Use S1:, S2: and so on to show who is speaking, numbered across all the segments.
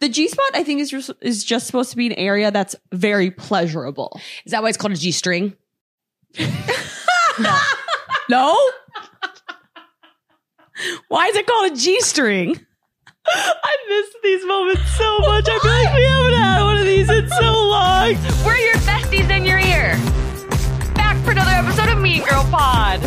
S1: The G spot, I think, is just, is just supposed to be an area that's very pleasurable.
S2: Is that why it's called a G string?
S3: No. Why is it called a G string?
S1: I miss these moments so much. I feel like we haven't had one of these in so long.
S4: We're your besties in your ear. Back for another episode of Mean Girl Pod.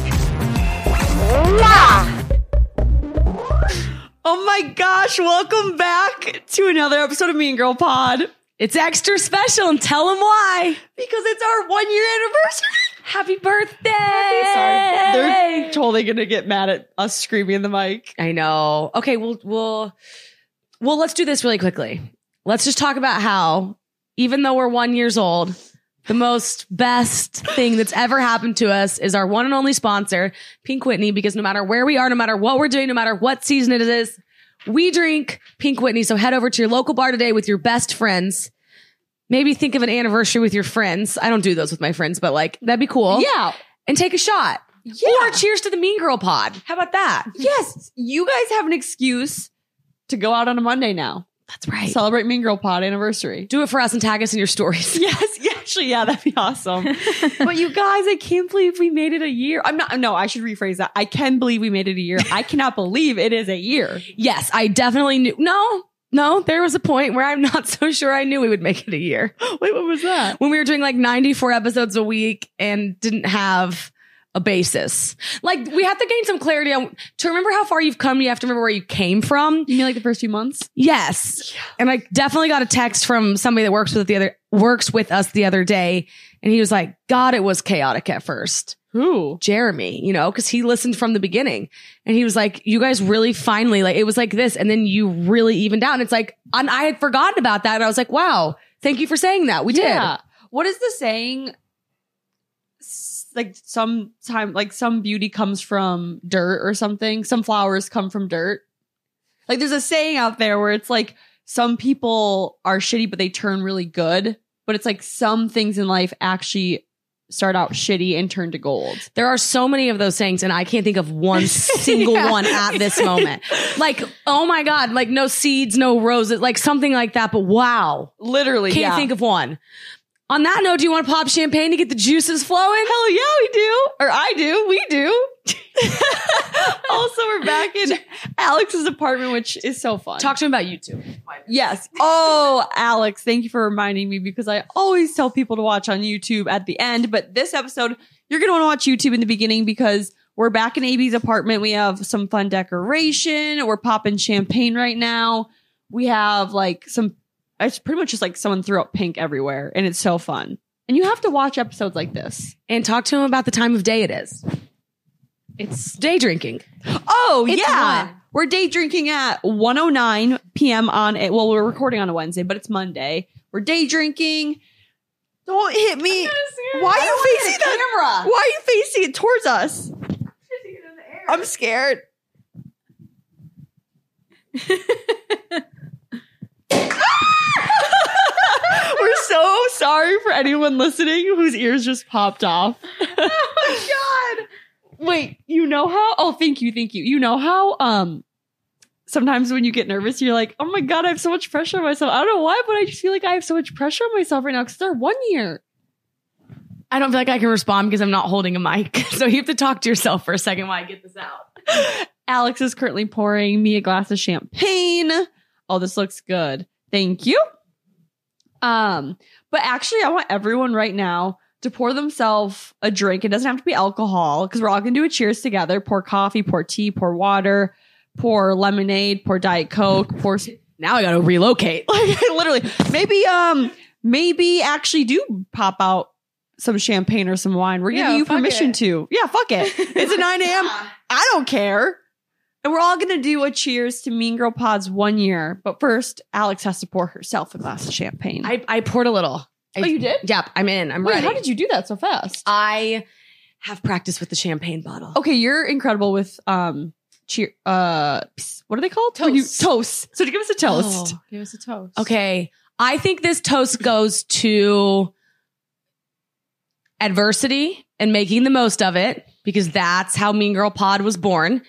S1: Oh my gosh, welcome back to another episode of Mean Girl Pod
S3: It's extra special and tell them why.
S1: because it's our one year anniversary.
S3: Happy birthday.
S1: Sorry. They're totally going to get mad at us screaming in the mic.
S2: I know. Okay, we'll we'll well let's do this really quickly. Let's just talk about how, even though we're one years old, the most best thing that's ever happened to us is our one and only sponsor, Pink Whitney, because no matter where we are, no matter what we're doing, no matter what season it is, we drink Pink Whitney. So head over to your local bar today with your best friends. Maybe think of an anniversary with your friends. I don't do those with my friends, but like that'd be cool.
S1: Yeah.
S2: And take a shot.
S1: Yeah.
S2: Or cheers to the Mean Girl pod. How about that?
S1: yes, you guys have an excuse to go out on a Monday now.
S2: That's right.
S1: Celebrate Mean Girl Pod anniversary.
S2: Do it for us and tag us in your stories.
S1: Yes, yeah, actually, yeah, that'd be awesome. but you guys, I can't believe we made it a year. I'm not, no, I should rephrase that. I can believe we made it a year. I cannot believe it is a year.
S2: Yes, I definitely knew. No, no, there was a point where I'm not so sure I knew we would make it a year.
S1: Wait, what was that?
S2: When we were doing like 94 episodes a week and didn't have a basis. Like we have to gain some clarity on to remember how far you've come, you have to remember where you came from.
S1: You mean like the first few months?
S2: Yes. And I definitely got a text from somebody that works with the other works with us the other day and he was like, "God, it was chaotic at first.
S1: Who?
S2: Jeremy, you know, because he listened from the beginning and he was like, you guys really finally, like, it was like this. And then you really evened out. And it's like, and I had forgotten about that. And I was like, wow, thank you for saying that. We did.
S1: Yeah. What is the saying? S- Like some time, like some beauty comes from dirt or something. Some flowers come from dirt. Like there's a saying out there where it's like some people are shitty, but they turn really good. But it's like some things in life actually start out shitty and turn to gold.
S2: There are so many of those things, and I can't think of one single
S1: Yeah.
S2: one at this moment. Like, oh my God, like no seeds, no roses, like something like that. But wow,
S1: Literally,
S2: can't
S1: yeah.
S2: think of one. On that note, do you want to pop champagne to get the juices flowing?
S1: Hell yeah, we do. Or I do. We do. also, we're back in Alex's apartment, which is so fun.
S2: Talk to him about YouTube.
S1: Yes. Oh, Alex, thank you for reminding me because I always tell people to watch on YouTube at the end. But this episode, you're going to want to watch YouTube in the beginning because we're back in AB's apartment. We have some fun decoration. We're popping champagne right now. We have like some, it's pretty much just like someone threw up pink everywhere and it's so fun. And you have to watch episodes like this.
S2: And talk to him about the time of day it is. It's day drinking.
S1: Oh,
S2: It's
S1: yeah.
S2: one.
S1: We're day drinking at 109 p.m. on it. Well, we're recording on a Wednesday, but it's Monday. We're day drinking. Don't hit me. Why are you facing that?
S2: camera?
S1: Why are you facing it towards us? I'm scared. We're so sorry for anyone listening whose ears just popped off. oh god. Wait, you know how? Oh, thank you, thank you. You know how um sometimes when you get nervous, you're like, oh my god, I have so much pressure on myself. I don't know why, but I just feel like I have so much pressure on myself right now because they're one year.
S2: I don't feel like I can respond because I'm not holding a mic. So you have to talk to yourself for a second while I get this out.
S1: Alex is currently pouring me a glass of champagne. Oh, this looks good. Thank you. Um, but actually, I want everyone right now to pour themselves a drink. It doesn't have to be alcohol because we're all gonna do a cheers together. Pour coffee, pour tea, pour water, pour lemonade, pour diet coke, pour
S2: Now I got to relocate.
S1: like literally maybe um maybe actually do pop out some champagne or some wine. We're giving
S2: Yeah,
S1: you
S2: fuck
S1: permission
S2: it.
S1: to. Yeah, fuck it. It's a 9 a.m. I don't care. And we're all gonna do a cheers to Mean Girl Pod's one year. But first, Alex has to pour herself a glass of champagne.
S2: I, I poured a little. I,
S1: oh, you did?
S2: Yep, I'm in. I'm
S1: Wait,
S2: ready.
S1: how did you do that so fast?
S2: I have practice with the champagne bottle.
S1: okay, you're incredible with um cheer uh psst, what are they called? When you-
S2: Toasts.
S1: toast. So to give us a toast.
S3: Oh, give us a toast.
S2: Okay. I think this toast goes to adversity and making the most of it because that's how Mean Girl Pod was born.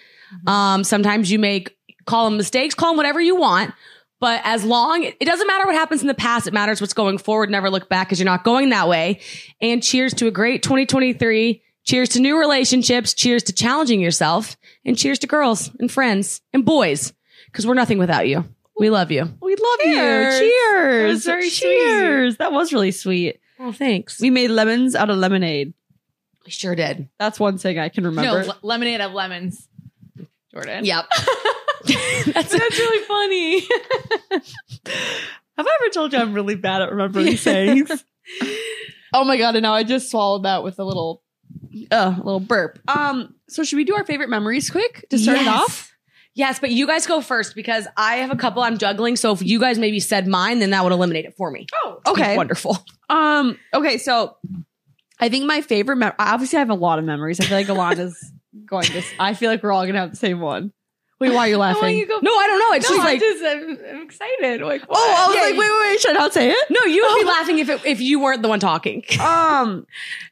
S2: Um, sometimes you make, call them mistakes, call them whatever you want, But as long, it doesn't matter what happens in the past. It matters what's going forward. Never look back because you're not going that way. And cheers to a great 2023. Cheers to new relationships. Cheers to challenging yourself and cheers to girls and friends and boys because we're nothing without you. We love you.
S1: We love
S2: Cheers.
S1: you. Cheers.
S2: That was very
S1: Cheers. That was really sweet.
S2: Oh, thanks. We
S1: We made lemons out of lemonade.
S2: sure did.
S1: That's one thing I can remember.
S3: No, le- lemonade of lemons. Jordan.
S2: Yep. That's it.
S3: really funny.
S1: Have I ever told you I'm really bad at remembering sayings?
S3: Oh my god! And now I just swallowed that with a little.
S1: Oh, a little burp. Um, so should we do our favorite memories quick to start it
S2: Yes.
S1: off?
S2: Yes, but you guys go first because I have a couple I'm juggling. So if you guys maybe said mine, then that would eliminate it for me.
S3: Oh,
S1: Okay.
S2: Wonderful.
S1: Um, okay, so I think my favorite mem- obviously I have a lot of memories. I feel like Alana's going to I feel like we're all gonna have the same one. Wait, why are you
S3: Why don't
S1: laughing?
S3: you go?
S2: No, I don't know. It's
S3: No,
S2: just
S3: I
S2: like,
S3: just I'm, I'm excited. Like, what?
S1: oh, I was
S2: Yeah,
S1: like,
S2: you-
S1: wait, wait, wait, should I not say it?
S2: no, you would be laughing if, it, if you weren't the one talking.
S1: Um,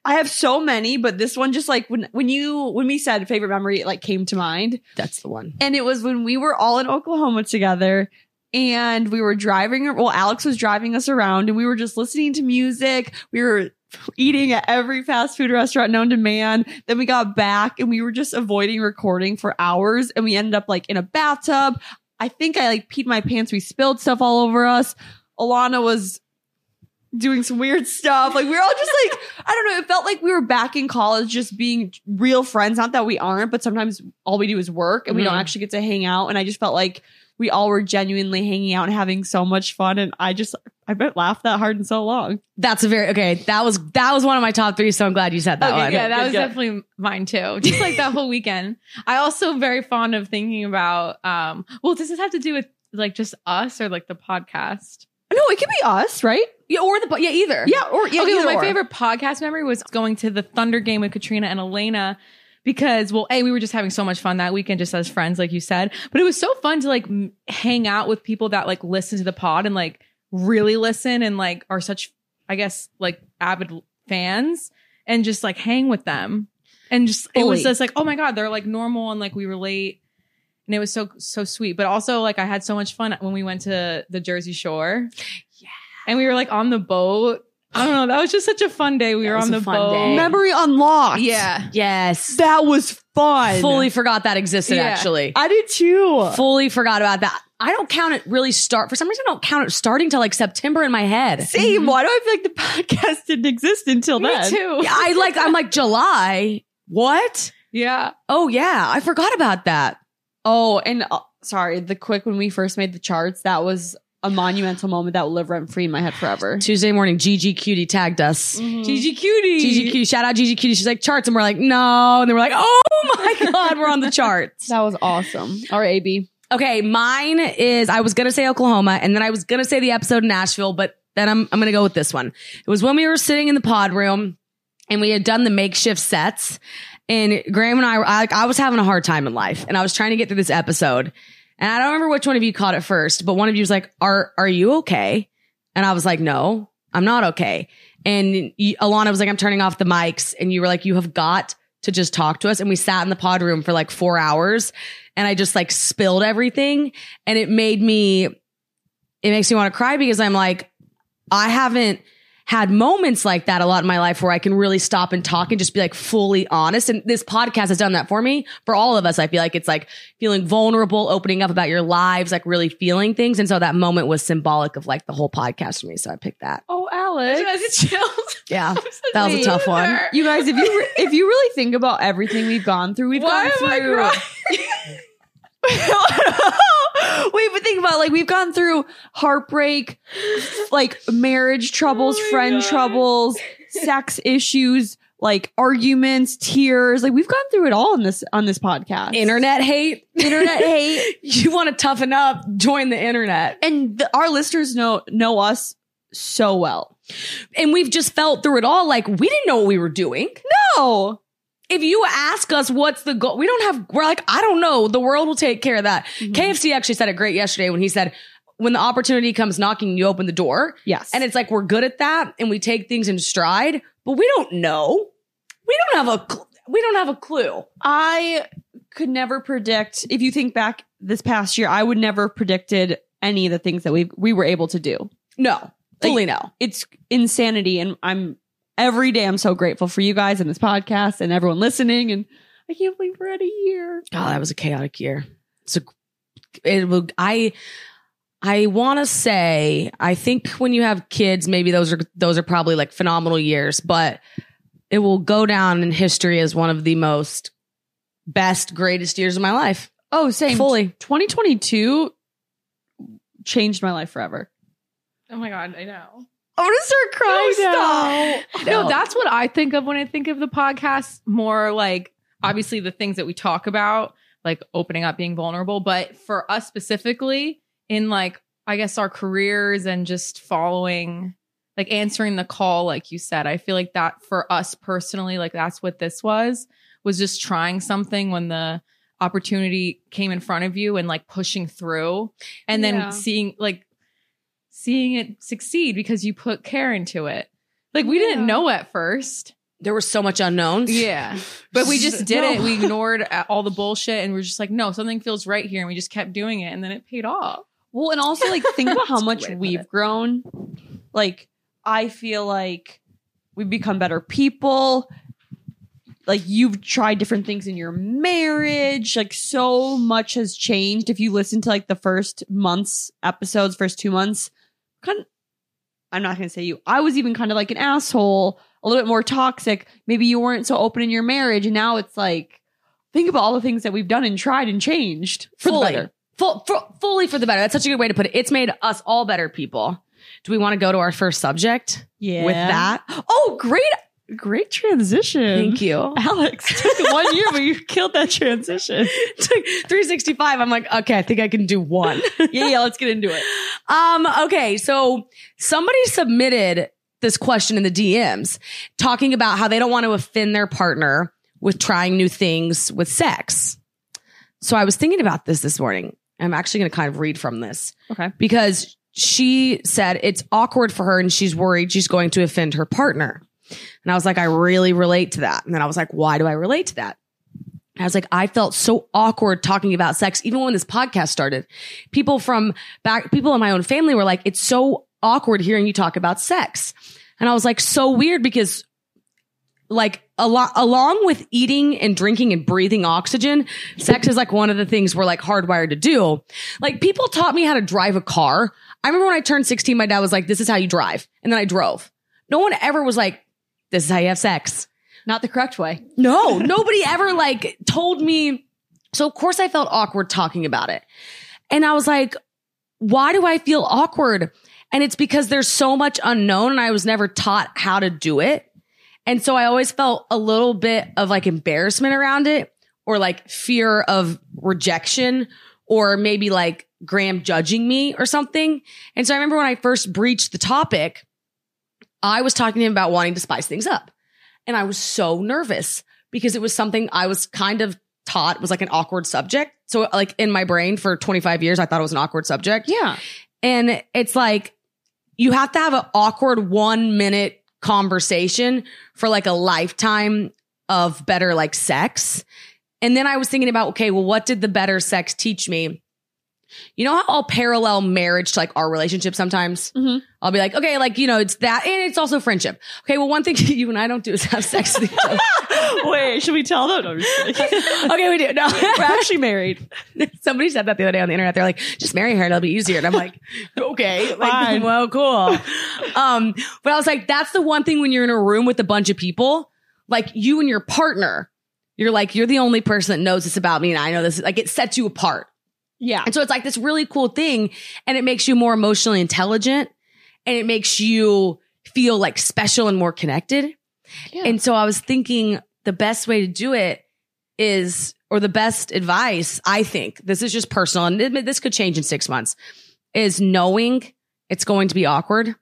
S1: I have so many, but this one just like when when you when we said favorite memory, it like came to mind.
S2: That's the one.
S1: and it was when we were all in Oklahoma together and we were driving well Alex was driving us around and we were just listening to music we were eating at every fast food restaurant known to man then we got back and we were just avoiding recording for hours and we ended up like in a bathtub I think I like peed my pants we spilled stuff all over us Alana was doing some weird stuff like we were all just like I don't know it felt like we were back in college just being real friends not that we aren't but sometimes all we do is work and we don't
S2: Mhm.
S1: actually get to hang out. And I just felt like we all were genuinely hanging out and having so much fun. And I just, I haven't laughed that hard in so long.
S2: That's a very, okay. That was, that was one of my top three. So I'm glad you said that
S1: Okay,
S2: one.
S1: yeah.
S3: yeah, that
S1: good
S3: was
S1: job.
S3: definitely mine too. Just like that whole weekend. I also am very fond of thinking about. um Well, does this have to do with like just us or like the podcast?
S1: No, it could be us, right?
S2: Yeah, or the, po- yeah, either.
S1: Yeah. Or, yeah.
S3: okay, well,
S1: either
S3: my
S1: or.
S3: favorite podcast memory was going to the Thunder game with Katrina and Elena because, well, a we were just having so much fun that weekend, just as friends, like you said. But it was so fun to like m- hang out with people that like listen to the pod and like really listen and like are such, I guess, like avid l- fans and just like hang with them and just it was
S1: Fully.
S3: just like, oh my god, they're like normal and like we relate. And it was so so sweet, but also like I had so much fun when we went to the Jersey Shore. Yeah, and we were like on the boat. I don't know. That was just such a fun day. We
S2: That
S3: were
S2: was
S3: on
S2: a
S3: the
S2: fun
S3: boat.
S2: day.
S1: memory unlocked.
S3: Yeah,
S2: Yes.
S1: That was fun.
S2: Fully forgot that existed
S3: Yeah.
S2: actually.
S1: I did too.
S2: Fully forgot about that. I don't count it really start. For some reason, I don't count it starting till like September in my head.
S1: Same. Why do I feel like the podcast didn't exist until
S3: me
S1: then?
S3: too.
S2: Yeah, I like, I'm like July. What?
S3: Yeah,
S2: Oh yeah, I forgot about that.
S1: Oh, and uh, sorry, the quick when we first made the charts, that was a monumental moment that will live rent free in my head forever.
S2: Tuesday morning, Gigi Cutie tagged us.
S3: Gigi Cutie.
S2: Mm. Gigi Cutie, shout out Gigi Cutie. She's like charts, and we're like, no, and they were like, oh my god, we're on the charts.
S1: That was awesome. All right, AB.
S2: Okay, mine is I was gonna say Oklahoma, and then I was gonna say the episode in Nashville, but then I'm I'm gonna go with this one. It was when we were sitting in the pod room, and we had done the makeshift sets, and Graham and I, were- I, I was having a hard time in life, and I was trying to get through this episode, and I don't remember which one of you caught it first, but one of you was like, "Are are you okay?" And I was like, "No, I'm not okay." And you, Alana was like, "I'm turning off the mics," and you were like, "You have got to just talk to us." And we sat in the pod room for like four hours, and I just like spilled everything, and it made me, it makes me want to cry because I'm like, I haven't had moments like that a lot in my life where I can really stop and talk and just be like fully honest. And this podcast has done that for me, for all of us. I feel like it's like feeling vulnerable, opening up about your lives, like really feeling things. And so that moment was symbolic of like the whole podcast for me. So I picked that.
S1: Oh, Alex.
S2: Yeah. That was a tough one.
S1: You guys, if you if you really think about everything we've gone through, we've
S3: Why
S1: gone
S3: am I
S1: through. Wait, but think about like we've gone through heartbreak, like marriage troubles,
S3: Oh my
S1: friend
S3: God.
S1: troubles, sex issues, like arguments, tears. Like we've gone through it all on this on this podcast.
S2: Internet hate.
S1: Internet hate,
S2: you want to toughen up, join the internet.
S1: and the, our listeners know know us so well.
S2: And we've just felt through it all like we didn't know what we were doing.
S1: No,
S2: if you ask us what's the goal, we don't have, we're like, I don't know. The world will take care of that. KFC actually said it great yesterday when he said, when the opportunity comes knocking, you open the door.
S1: yes,
S2: And it's like, we're good at that and we take things in stride, but we don't know. We don't have a, cl- we don't have a clue.
S1: I could never predict. If you think back this past year, I would never have predicted any of the things that we we were able to do.
S2: No, fully no.
S1: It's insanity, and I'm every day I'm so grateful for you guys and this podcast and everyone listening. And I can't believe we're at a year.
S2: Oh, that was a chaotic year. So it will. I I want to say I think when you have kids, maybe those are those are probably like phenomenal years, but it will go down in history as one of the most best greatest years of my life.
S1: Oh, same.
S2: Fully.
S1: 2022 changed my life forever.
S3: Oh my god, I know.
S1: I'm gonna start crying
S3: I
S1: now.
S3: No, that's what I think of when I think of the podcast. More like obviously the things that we talk about, like opening up, being vulnerable. But for us specifically, in like I guess our careers and just following, like answering the call, like you said, I feel like that for us personally, like that's what this was. Was just trying something when the opportunity came in front of you and like pushing through, and then
S1: Yeah.
S3: seeing like seeing it succeed because you put care into it. Like we didn't
S1: Yeah.
S3: know at first.
S2: There were so much unknowns.
S3: Yeah. But we just did
S1: No.
S3: it. We ignored uh, all the bullshit and we are just like, no, something feels right here. And we just kept doing it. And then it paid off.
S1: Well, and also like think about how
S3: That's a
S1: much
S3: good way to put
S1: we've
S3: it.
S1: grown. Like I feel like we've become better people. Like you've tried different things in your marriage. Like so much has changed. If you listen to like the first months episodes, first two months, kind I'm not gonna say you. I was even kind of like an asshole, a little bit more toxic. Maybe you weren't so open in your marriage, and now it's like think about all the things that we've done and tried and changed for the
S2: fully,
S1: better.
S2: Full, fu- fully for the better. That's such a good way to put it. It's made us all better people. Do we want to go to our first subject
S1: Yeah.
S2: with that?
S1: Oh, great, great transition.
S2: Thank you.
S1: Alex. Took one year, but you killed that transition.
S2: 365. I'm like, okay, I think I can do one.
S1: Yeah, yeah. Let's get into it.
S2: Um, okay, so somebody submitted this question in the DMs talking about how they don't want to offend their partner with trying new things with sex. So I was thinking about this this morning. I'm actually going to kind of read from this.
S1: Okay.
S2: Because she said it's awkward for her and she's worried she's going to offend her partner. And I was like, I really relate to that. And then I was like, why do I relate to that? I was like, I felt so awkward talking about sex, even when this podcast started. People from back, people in my own family were like, it's so awkward hearing you talk about sex. And I was like, so weird because like a lot, along with eating and drinking and breathing oxygen, sex is like one of the things we're like hardwired to do. Like people taught me how to drive a car. I remember when I turned 16, my dad was like, this is how you drive. And then I drove. No one ever was like, this is how you have sex.
S1: Not the correct way.
S2: No, nobody ever like told me. So of course I felt awkward talking about it. And I was like, why do I feel awkward? And it's because there's so much unknown and I was never taught how to do it. And so I always felt a little bit of like embarrassment around it or like fear of rejection or maybe like Graham judging me or something. And so I remember when I first breached the topic, I was talking to him about wanting to spice things up. And I was so nervous because it was something I was kind of taught was like an awkward subject. So like in my brain for 25 years, I thought it was an awkward subject.
S1: Yeah.
S2: And it's like you have to have an awkward one minute conversation for like a lifetime of better like sex. And then I was thinking about, okay, well, what did the better sex teach me? You know how I'll parallel marriage to like our relationship sometimes?
S1: Mhm.
S2: I'll be like, okay, like, you know, it's that and it's also friendship. Okay, well, one thing you and I don't do is have sex with each other.
S1: Wait, should we tell them? No, I'm just kidding.
S2: okay, we do. No.
S1: We're actually married.
S2: Somebody said that the other day on the internet. They're like, just marry her, it'll be easier. And I'm like, okay, like,
S1: Fine.
S2: well, cool. Um, but I was like, that's the one thing when you're in a room with a bunch of people, like you and your partner, you're like, you're the only person that knows this about me, and I know this. Like, it sets you apart.
S1: Yeah.
S2: And so it's like this really cool thing, and it makes you more emotionally intelligent, and it makes you feel like special and more connected.
S1: Yeah.
S2: And so I was thinking the best way to do it is, or the best advice, I think, this is just personal, and it- this could change in six months, is knowing it's going to be awkward.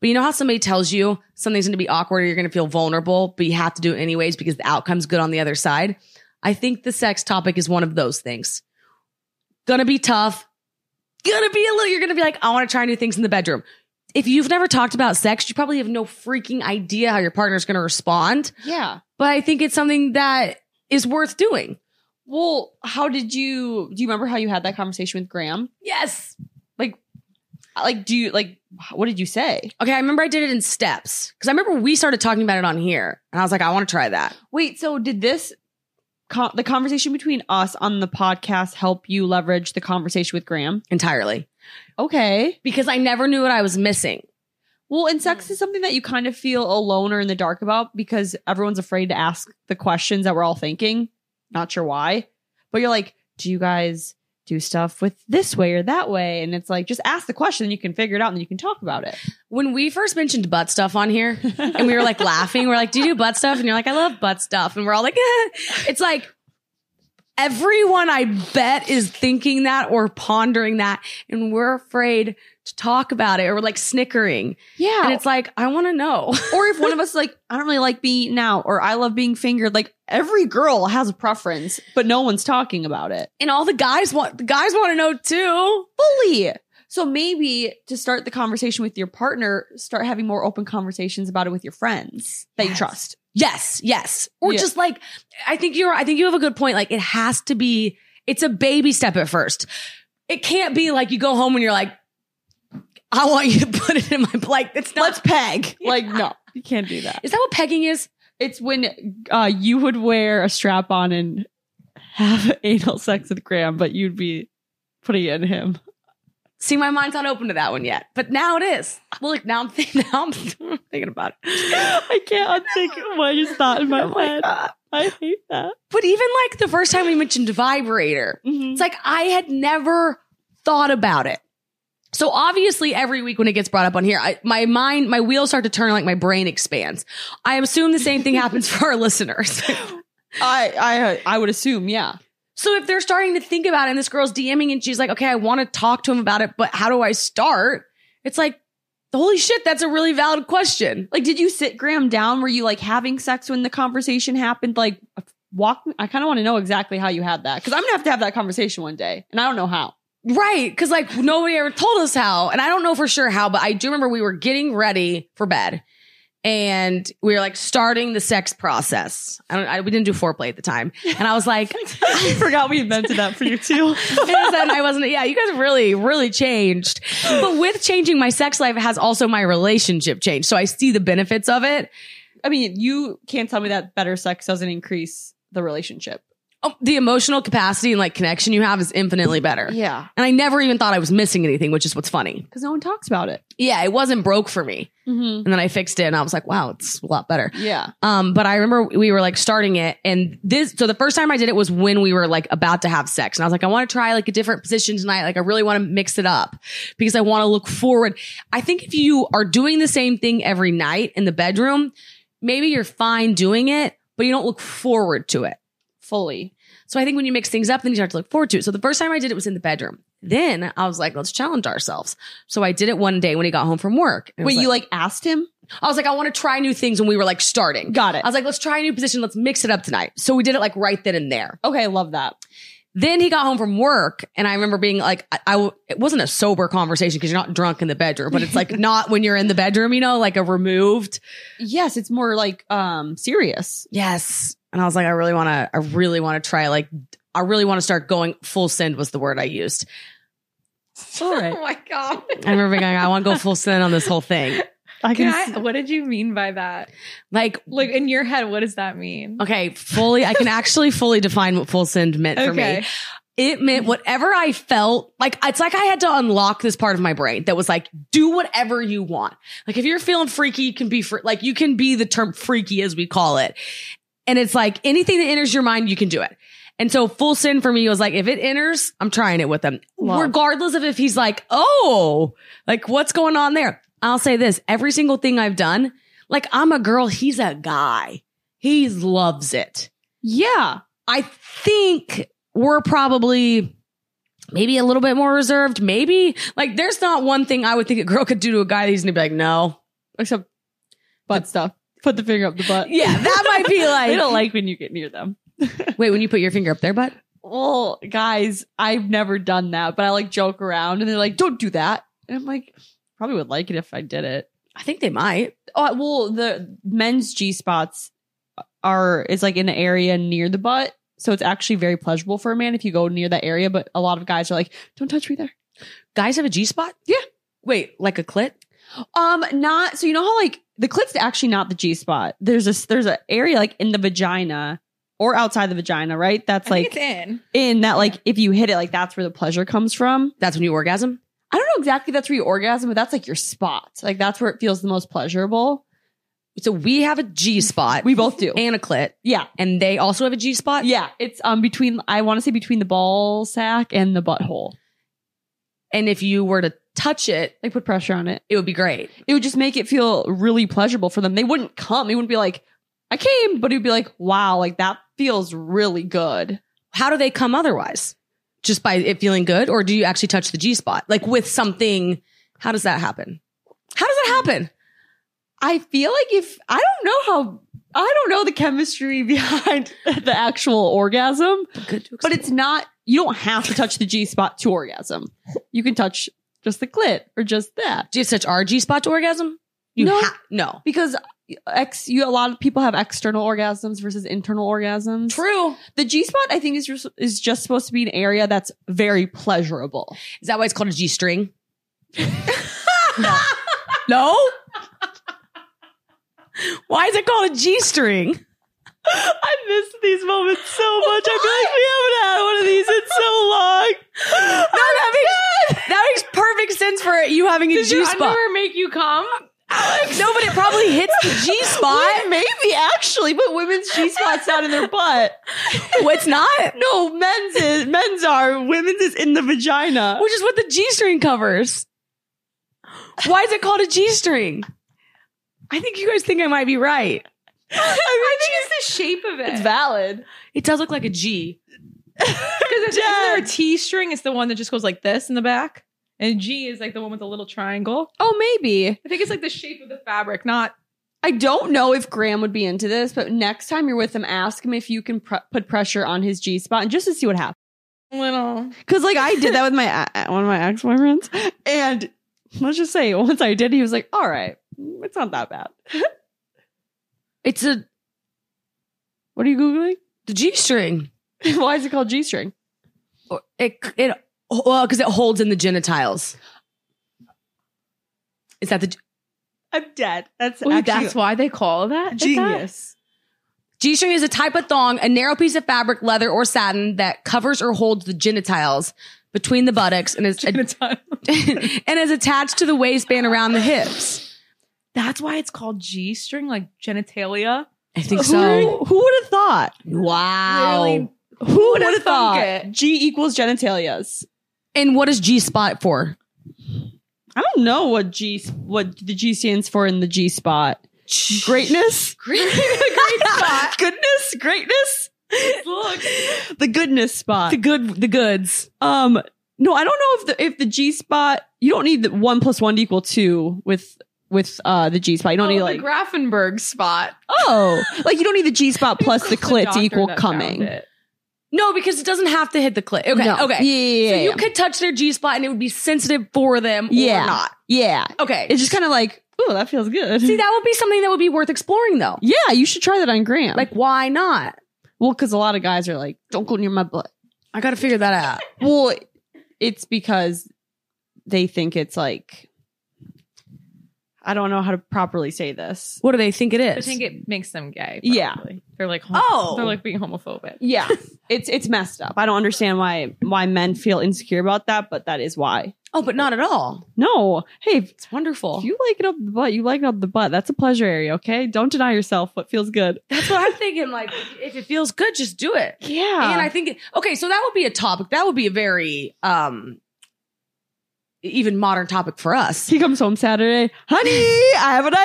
S2: But you know how somebody tells you something's going to be awkward or you're going to feel vulnerable, but you have to do it anyways because the outcome's good on the other side? I think the sex topic is one of those things. Gonna be tough. Gonna be a little, you're gonna be like, I wanna try new things in the bedroom. If you've never talked about sex, you probably have no freaking idea how your partner's gonna respond.
S1: Yeah.
S2: But I think it's something that is worth doing.
S1: Well, how did you do you remember how you had that conversation with Graham?
S2: Yes.
S1: Like, do you like? What did you say?
S2: Okay, I remember I did it in steps because I remember we started talking about it on here, and I was like, I want to try that.
S1: Wait, so did this con- the conversation between us on the podcast help you leverage the conversation with Graham?
S2: entirely
S1: Okay.
S2: because I never knew what I was missing.
S1: Well, and sex is something that you kind of feel alone or in the dark about because everyone's afraid to ask the questions that we're all thinking. Not sure why, but you're like, do you guys do stuff with this way or that way? And it's like, just ask the question, you can figure it out, and you can talk about it.
S2: When we first mentioned butt stuff on here and we were like laughing, we're like, Do you do butt stuff? And you're like, I love butt stuff. And we're all like, "Eh." It's like everyone I bet is thinking that or pondering that. And we're afraid to talk about it or we're like snickering.
S1: Yeah,
S2: And it's like, I want to know.
S1: or if one of us is like, I don't really like being eaten out, or I love being fingered. Like every girl has a preference, but no one's talking about it.
S2: And all the guys want, the guys want to know too.
S1: fully. So maybe to start the conversation with your partner, start having more open conversations about it with your friends that you
S2: Yes.
S1: trust.
S2: Yes, yes. Or
S1: Yeah.
S2: just like I think you're I think you have a good point. Like it has to be it's a baby step at first. It can't be like you go home and you're like, I want you to put it in my like it's not
S1: Let's peg. Like, no, you can't do that.
S2: is that what pegging is?
S1: It's when uh, you would wear a strap on and have anal sex with Graham, but you'd be putting it in him.
S2: See, my mind's not open to that one yet. But now it is. Well, like now I'm thinking now I'm thinking about it.
S1: I can't unthink what you thought in my
S2: Oh my
S1: head.
S2: God.
S1: I hate that.
S2: But even like the first time we mentioned vibrator,
S1: Mhm.
S2: It's like I had never thought about it. So obviously, every week when it gets brought up on here, I, my mind, my wheels start to turn, like my brain expands. I assume the same thing happens for our listeners.
S1: I, I I would assume, yeah.
S2: so if they're starting to think about it, and this girl's DMing and she's like, "Okay, I want to talk to him about it, but how do I start?" It's like, holy shit, that's a really valid question.
S1: Like, did you sit Graham down? Were you like having sex when the conversation happened? Like, walk. I kind of want to know exactly how you had that because I'm gonna have to have that conversation one day, and I don't know how.
S2: Right. Cause like nobody ever told us how. And I don't know for sure how, but I do remember we were getting ready for bed and we were like starting the sex process. I don't, I, we didn't do foreplay at the time. And I was like,
S1: I forgot we invented that for you too.
S2: and I wasn't, yeah, you guys really, really changed. But with changing my sex life has also my relationship changed. So I see the benefits of it.
S1: I mean, you can't tell me that better sex doesn't increase the relationship.
S2: Oh, the emotional capacity and like connection you have is infinitely better.
S1: Yeah,
S2: And I never even thought I was missing anything, which is what's funny.
S1: because no one talks about it.
S2: Yeah, it wasn't broke for me.
S1: Mm-hmm.
S2: And then I fixed it and I was like, wow, it's a lot better.
S1: Yeah,
S2: Um, but I remember we were like starting it and this, so the first time I did it was when we were like about to have sex. And I was like, I want to try like a different position tonight. Like I really want to mix it up because I want to look forward. I think if you are doing the same thing every night in the bedroom, maybe you're fine doing it, but you don't look forward to it.
S1: fully.
S2: So I think when you mix things up, then you start to look forward to it. So the first time I did it was in the bedroom. Then I was like, let's challenge ourselves. So I did it one day when he got home from work. And it was
S1: Wait, you like asked him?
S2: I was like, I want to try new things when we were like starting.
S1: Got it.
S2: I was like, let's try a new position. Let's mix it up tonight. So we did it like right then and there.
S1: okay, love that.
S2: Then he got home from work and I remember being like, I, I w- it wasn't a sober conversation because you're not drunk in the bedroom, but it's like not when you're in the bedroom, you know, like a removed.
S1: Yes, it's more like um serious.
S2: Yes. And I was like, I really want to, I really want to try like, I really want to start going full send was the word I used.
S1: All right,
S3: Oh my god.
S2: I remember being like, I want to go full send on this whole thing.
S1: I
S3: Can I, what did you mean by that?
S2: Like,
S3: Like in your head, what does that mean?
S2: okay, fully, I can actually fully define what full send meant for me. it meant whatever I felt like it's like I had to unlock this part of my brain that was like, do whatever you want. Like if you're feeling freaky, you can be fr- like you can be the term freaky as we call it. And it's like anything that enters your mind, you can do it. And so full sin for me was like, if it enters, I'm trying it with him.
S1: Love.
S2: Regardless of if he's like, oh, like what's going on there? I'll say this every single thing I've done, like I'm a girl, he's a guy. He loves it.
S1: Yeah,
S2: I think we're probably maybe a little bit more reserved. Maybe like there's not one thing I would think a girl could do to a guy that he's gonna be like, no.
S1: except butt stuff. Put the finger up the butt.
S2: Yeah, that might be
S1: They don't
S2: like
S1: like when you get near them.
S2: wait when you put your finger up their butt.
S1: well, guys, I've never done that, but I like joke around and they're like, don't do that. And I'm like, probably would like it if I did it.
S2: I think they might.
S1: Oh, well, the men's G spots are, is like in an area near the butt. So it's actually very pleasurable for a man if you go near that area. But a lot of guys are like, don't touch me there.
S2: Guys have a G spot.
S1: Yeah.
S2: Wait, like a clit?
S1: Um, not so you know how like the clit's actually not the G spot. There's a there's an area like in the vagina or outside the vagina, right? That's
S3: I think
S1: like
S3: it's in.
S1: in that like if you hit it, like that's where the pleasure comes from.
S2: That's when you orgasm.
S1: I don't know exactly that's where you orgasm, but that's like your spot. Like that's where it feels the most pleasurable.
S2: So we have a G spot.
S1: We both do.
S2: and a clit,
S1: yeah.
S2: and they also have a G spot.
S1: Yeah. It's um between I want to say between the ball sack and the butthole.
S2: And if you were to touch it,
S1: Like put pressure on it.
S2: it would be great.
S1: It would just make it feel really pleasurable for them. They wouldn't come. It wouldn't be like, I came, but it would be like, wow, like that feels really good.
S2: How do they come otherwise? Just by it feeling good, or do you actually touch the G spot, like with something? How does that happen? How does that happen?
S1: I feel like if I don't know how I don't know the chemistry behind the actual orgasm,
S2: Good to
S1: but it's not you don't have to touch the G spot to orgasm. You can touch just the clit or just that.
S2: do you touch our G spot to orgasm? You
S1: No.
S2: ha- no.
S1: Because ex you a lot of people have external orgasms versus internal orgasms.
S2: True.
S1: The G spot I think is just, is just supposed to be an area that's very pleasurable.
S2: Is that why it's called a G string? no. No? Why is it called a G string?
S1: I miss these moments so much. I feel like we haven't had one of these in so long.
S2: No, that makes, that makes perfect sense for you having a G
S3: Does your
S2: spot.
S3: underwear make you come?
S2: No, but it probably hits the G spot.
S1: Wait, maybe actually, but women's G spots not in their butt.
S2: What's not?
S1: No, men's is men's are women's is in the vagina.
S2: Which is what the G string covers. Why is it called a G string? I think you guys think I might be right.
S3: I think it's the shape of
S1: It's
S3: it.
S1: valid.
S2: It does look like a G.
S3: Because isn't there a T string? It's the one that just goes like this in the back. And G is like the one with the little triangle.
S1: Oh, maybe.
S3: I think it's like the shape of the fabric, not
S1: I don't know if Graham would be into this, but next time you're with him, ask him if you can pr- put pressure on his G spot and just to see what happens.
S3: little.
S1: Because like I did that with my one of my ex boyfriends, and let's just say once I did, he was like, "All right, it's not that bad."
S2: It's a
S1: What are you googling?
S2: the G string.
S1: Why is it called G string?
S2: It it well because it holds in the genitals. Is that the G-
S1: I'm dead. That's
S3: that's why they call that
S1: genius.
S2: G string is a type of thong, a narrow piece of fabric, leather, or satin that covers or holds the genitals between the buttocks and is and is attached to the waistband around the hips.
S3: That's why it's called G string, like genitalia.
S2: I think
S1: who, who would have thought?
S2: Wow.
S3: Really?
S1: Who would
S3: would've
S1: have thought?
S3: thunk it?
S1: G equals genitalias.
S2: And what is G spot for?
S1: I don't know what G what the G stands for in the G spot. Greatness,
S2: Great, spot.
S1: goodness, greatness.
S3: Look.
S1: The goodness spot.
S2: The good, the goods.
S1: Um, no, I don't know if the if the G spot. You don't need the one plus one to equal two with with uh the G spot.
S2: Oh,
S1: You don't need like
S3: the Grafenberg spot.
S1: oh like you don't need the G spot plus the
S3: It's
S1: clit to
S3: doctor
S1: equal
S3: that
S1: coming.
S3: found it.
S2: No, because it doesn't have to hit the clit. Okay,
S1: No.
S2: okay.
S1: Yeah,
S2: So
S1: yeah, yeah.
S2: you could touch their G spot and it would be sensitive for them
S1: Yeah.
S2: or not.
S1: yeah.
S2: Okay.
S1: It's just kind of like oh that feels good.
S2: See, that would be something that would be worth exploring though.
S1: yeah, you should try that on Graham.
S2: Like, why not?
S1: Well, because a lot of guys are like, don't go near my butt.
S2: I gotta figure that out.
S1: Well, it's because they think it's like, I don't know how to properly say this.
S2: What do they think it
S3: I
S2: is?
S3: think it makes them gay.
S1: Yeah.
S3: probably. They're like, hom-
S2: Oh.
S3: they're like being homophobic.
S1: Yeah, it's it's messed up. I don't understand why why men feel insecure about that, but that is why.
S2: oh, but not at all.
S1: No, hey, if
S2: It's wonderful.
S1: you like it up the butt, you like it up the butt. That's a pleasure area, okay? Don't deny yourself what feels good.
S2: That's what I'm thinking. Like, if it feels good, just do it.
S1: Yeah,
S2: And I think it- okay, so that would be a topic. That would be a very um even modern topic for us.
S1: he comes home Saturday, honey. I have an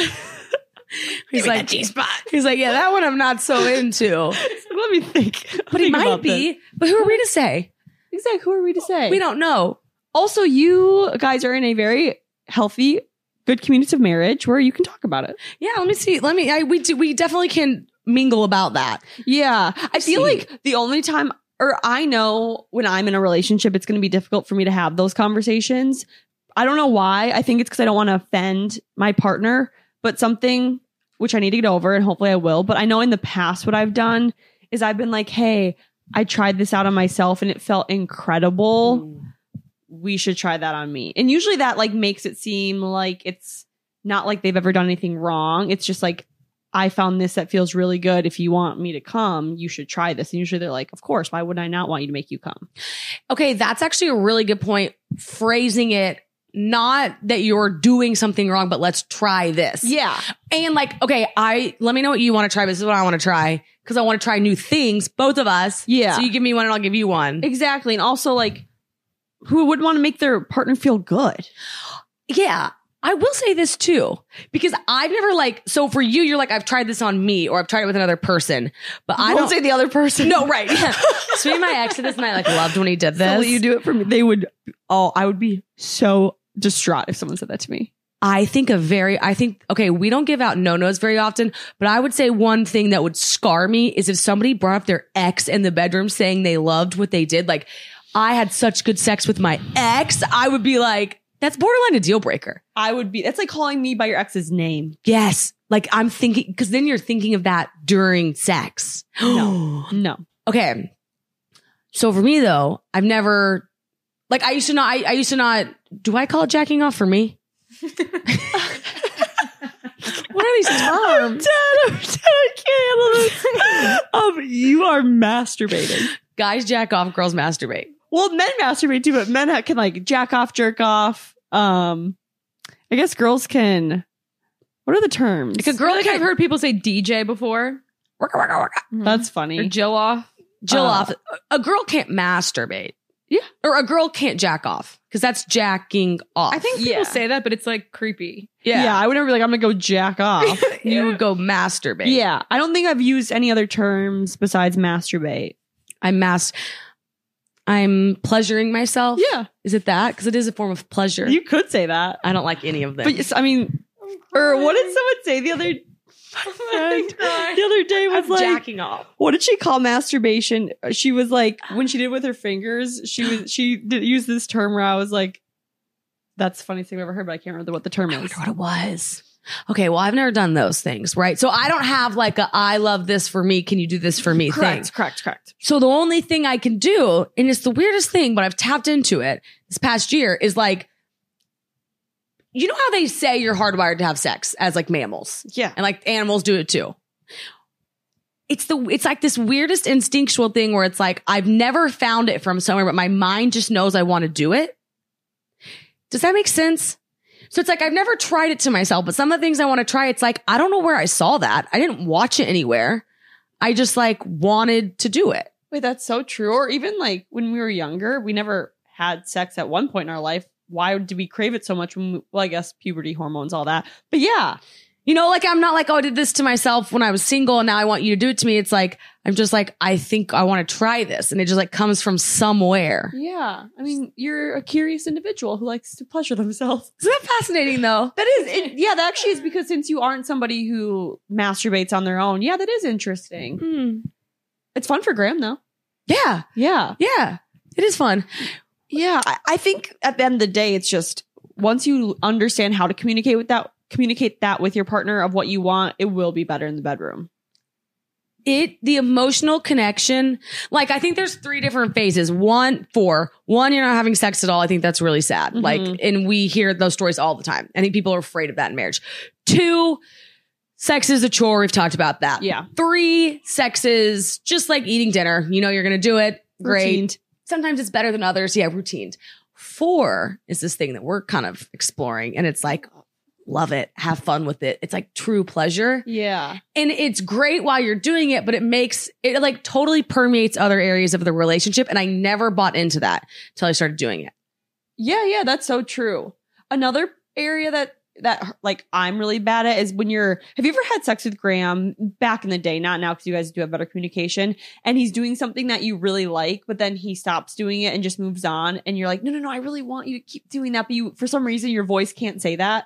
S1: idea.
S2: He's like G spot. He's like, yeah, that one I'm not so into.
S1: Let me think.
S2: But it
S1: Think
S2: might
S1: about this.
S2: be. But who are we to say?
S1: Exactly. Who are we to say?
S2: We don't know.
S1: also, you guys are in a very healthy, good community of marriage where you can talk about it.
S2: Yeah, let me see. Let me. I, we do. We definitely can mingle about that.
S1: Yeah. I feel
S2: See.
S1: like the only time, or I know when I'm in a relationship, it's going to be difficult for me to have those conversations. I don't know why. I think it's because I don't want to offend my partner, but something which I need to get over, and hopefully I will. But I know in the past, what I've done
S2: Mm.
S1: Mm. is I've been like, hey, I tried this out on myself and it felt incredible. we should try that on me. And usually that like makes it seem like it's not like they've ever done anything wrong. It's just like I found this that feels really good. If you want me to come, you should try this. And usually they're like, "Of course, why would I not want you to make you come?"
S2: Okay, that's actually a really good point. Phrasing it not that you're doing something wrong, but let's try this.
S1: Yeah.
S2: And like, okay, I let me know what you want to try. but This is what I want to try because I want to try new things, both of us.
S1: Yeah.
S2: So you give me one and I'll give you one.
S1: Exactly. And also like who would want to make their partner feel good?
S2: yeah. I will say this too, because I've never like, so for you, you're like, I've tried this on me or I've tried it with another person, but I don't
S1: say the other person.
S2: No, right. Yeah. so me and my ex did this and I like loved when he did this.
S1: Will you do it for me? They would oh, I would be so distraught if someone said that to me.
S2: I think a very, I think, okay, we don't give out no nos very often, but I would say one thing that would scar me is if somebody brought up their ex in the bedroom saying they loved what they did. Like, I had such good sex with my ex. I would be like, that's borderline a deal breaker.
S1: I would be that's like calling me by your ex's name.
S2: Yes. Like, I'm thinking, because then you're thinking of that during sex.
S1: No. No.
S2: Okay. So for me though, I've never like I used to not I, I used to not do I call it jacking off for me? what are these terms?
S1: I'm dead. I can't handle this. um, you are masturbating.
S2: Guys jack off, girls masturbate.
S1: Well, men masturbate too, but men ha- can like jack off, jerk off. Um, I guess girls can. What are the terms?
S3: Like a girl, like I've heard people say DJ before
S2: Waka, waka, waka.
S1: That's
S3: Mm-hmm. or
S1: funny.
S3: Jill off.
S2: Jill
S1: Uh,
S2: off. A girl can't masturbate.
S3: Yeah.
S2: Or a girl can't jack off because that's jacking off.
S3: I think people
S1: Yeah.
S3: say that, but it's like creepy.
S1: Yeah.
S2: yeah.
S1: I would never be like, I'm gonna go jack off.
S2: You would go masturbate.
S1: yeah, I don't think I've used any other terms besides masturbate.
S2: I'm mas I'm pleasuring myself.
S1: Yeah,
S2: Is it that? Because it is a form of pleasure.
S1: you could say that,
S2: I don't like any of them.
S1: but yes, I mean, or what did someone say the other? the other day was like
S2: off.
S1: what did she call masturbation? Uh, She was like when she did it with her fingers, she was she did use this term where I was like, that's the funniest thing I've ever heard, but I can't remember what the term
S2: I
S1: is.
S2: wonder what it was. Okay, well, I've never done those things, right? So I don't have like a I love this for me. Can you do this for me
S1: Correct,
S2: thing?
S1: correct, correct.
S2: So the only thing I can do, and it's the weirdest thing, but I've tapped into it this past year, is like, you know how they say you're hardwired to have sex as like mammals,
S1: Yeah.
S2: and like animals do it too. It's the it's like this weirdest instinctual thing where it's like I've never found it from somewhere, but my mind just knows I want to do it. Does that make sense? So it's like I've never tried it to myself, but some of the things I want to try, it's like I don't know where I saw that. I didn't watch it anywhere. I just like wanted to do it.
S1: Wait, that's so true. Or even like when we were younger, we never had sex at one point in our life. Why did we crave it so much? When we, well, I guess puberty hormones, all that. But yeah,
S2: You know, like I'm not like, oh, I did this to myself when I was single and now I want you to do it to me. It's like I'm just like, I think I want to try this. And it just like comes from somewhere.
S1: yeah. I mean, you're a curious individual who likes to pleasure themselves.
S2: Isn't that fascinating though?
S1: That is, it, yeah. That actually is because since you aren't somebody who masturbates on their own, yeah, that is interesting. It's fun for Graham though.
S2: Yeah.
S1: Hmm. Yeah.
S2: Yeah. It is fun.
S1: Yeah. I, I think at the end of the day, it's just once you understand how to communicate with that communicate that with your partner of what you want, it will be better in the bedroom.
S2: it the emotional connection like i think there's three different phases one four one you're not having sex at all i think that's really sad
S1: Mhm.
S2: like and we hear those stories all the time i think people are afraid of that in marriage two sex is a chore we've talked about that
S1: Yeah.
S2: three sex is just like eating dinner you know you're gonna do it great
S1: Routine.
S2: sometimes it's better than others yeah routine four is this thing that we're kind of exploring and it's like love it have fun with it it's like true pleasure
S1: Yeah.
S2: and it's great while you're doing it, but it makes it like totally permeates other areas of the relationship. And I never bought into that until I started doing it.
S1: Yeah. Yeah. That's so true. Another area that that like I'm really bad at is when you're have you ever had sex with Graham back in the day, not now because you guys do have better communication, and he's doing something that you really like, but then he stops doing it and just moves on and you're like, No, no, no, I really want you to keep doing that, but you for some reason your voice can't say that.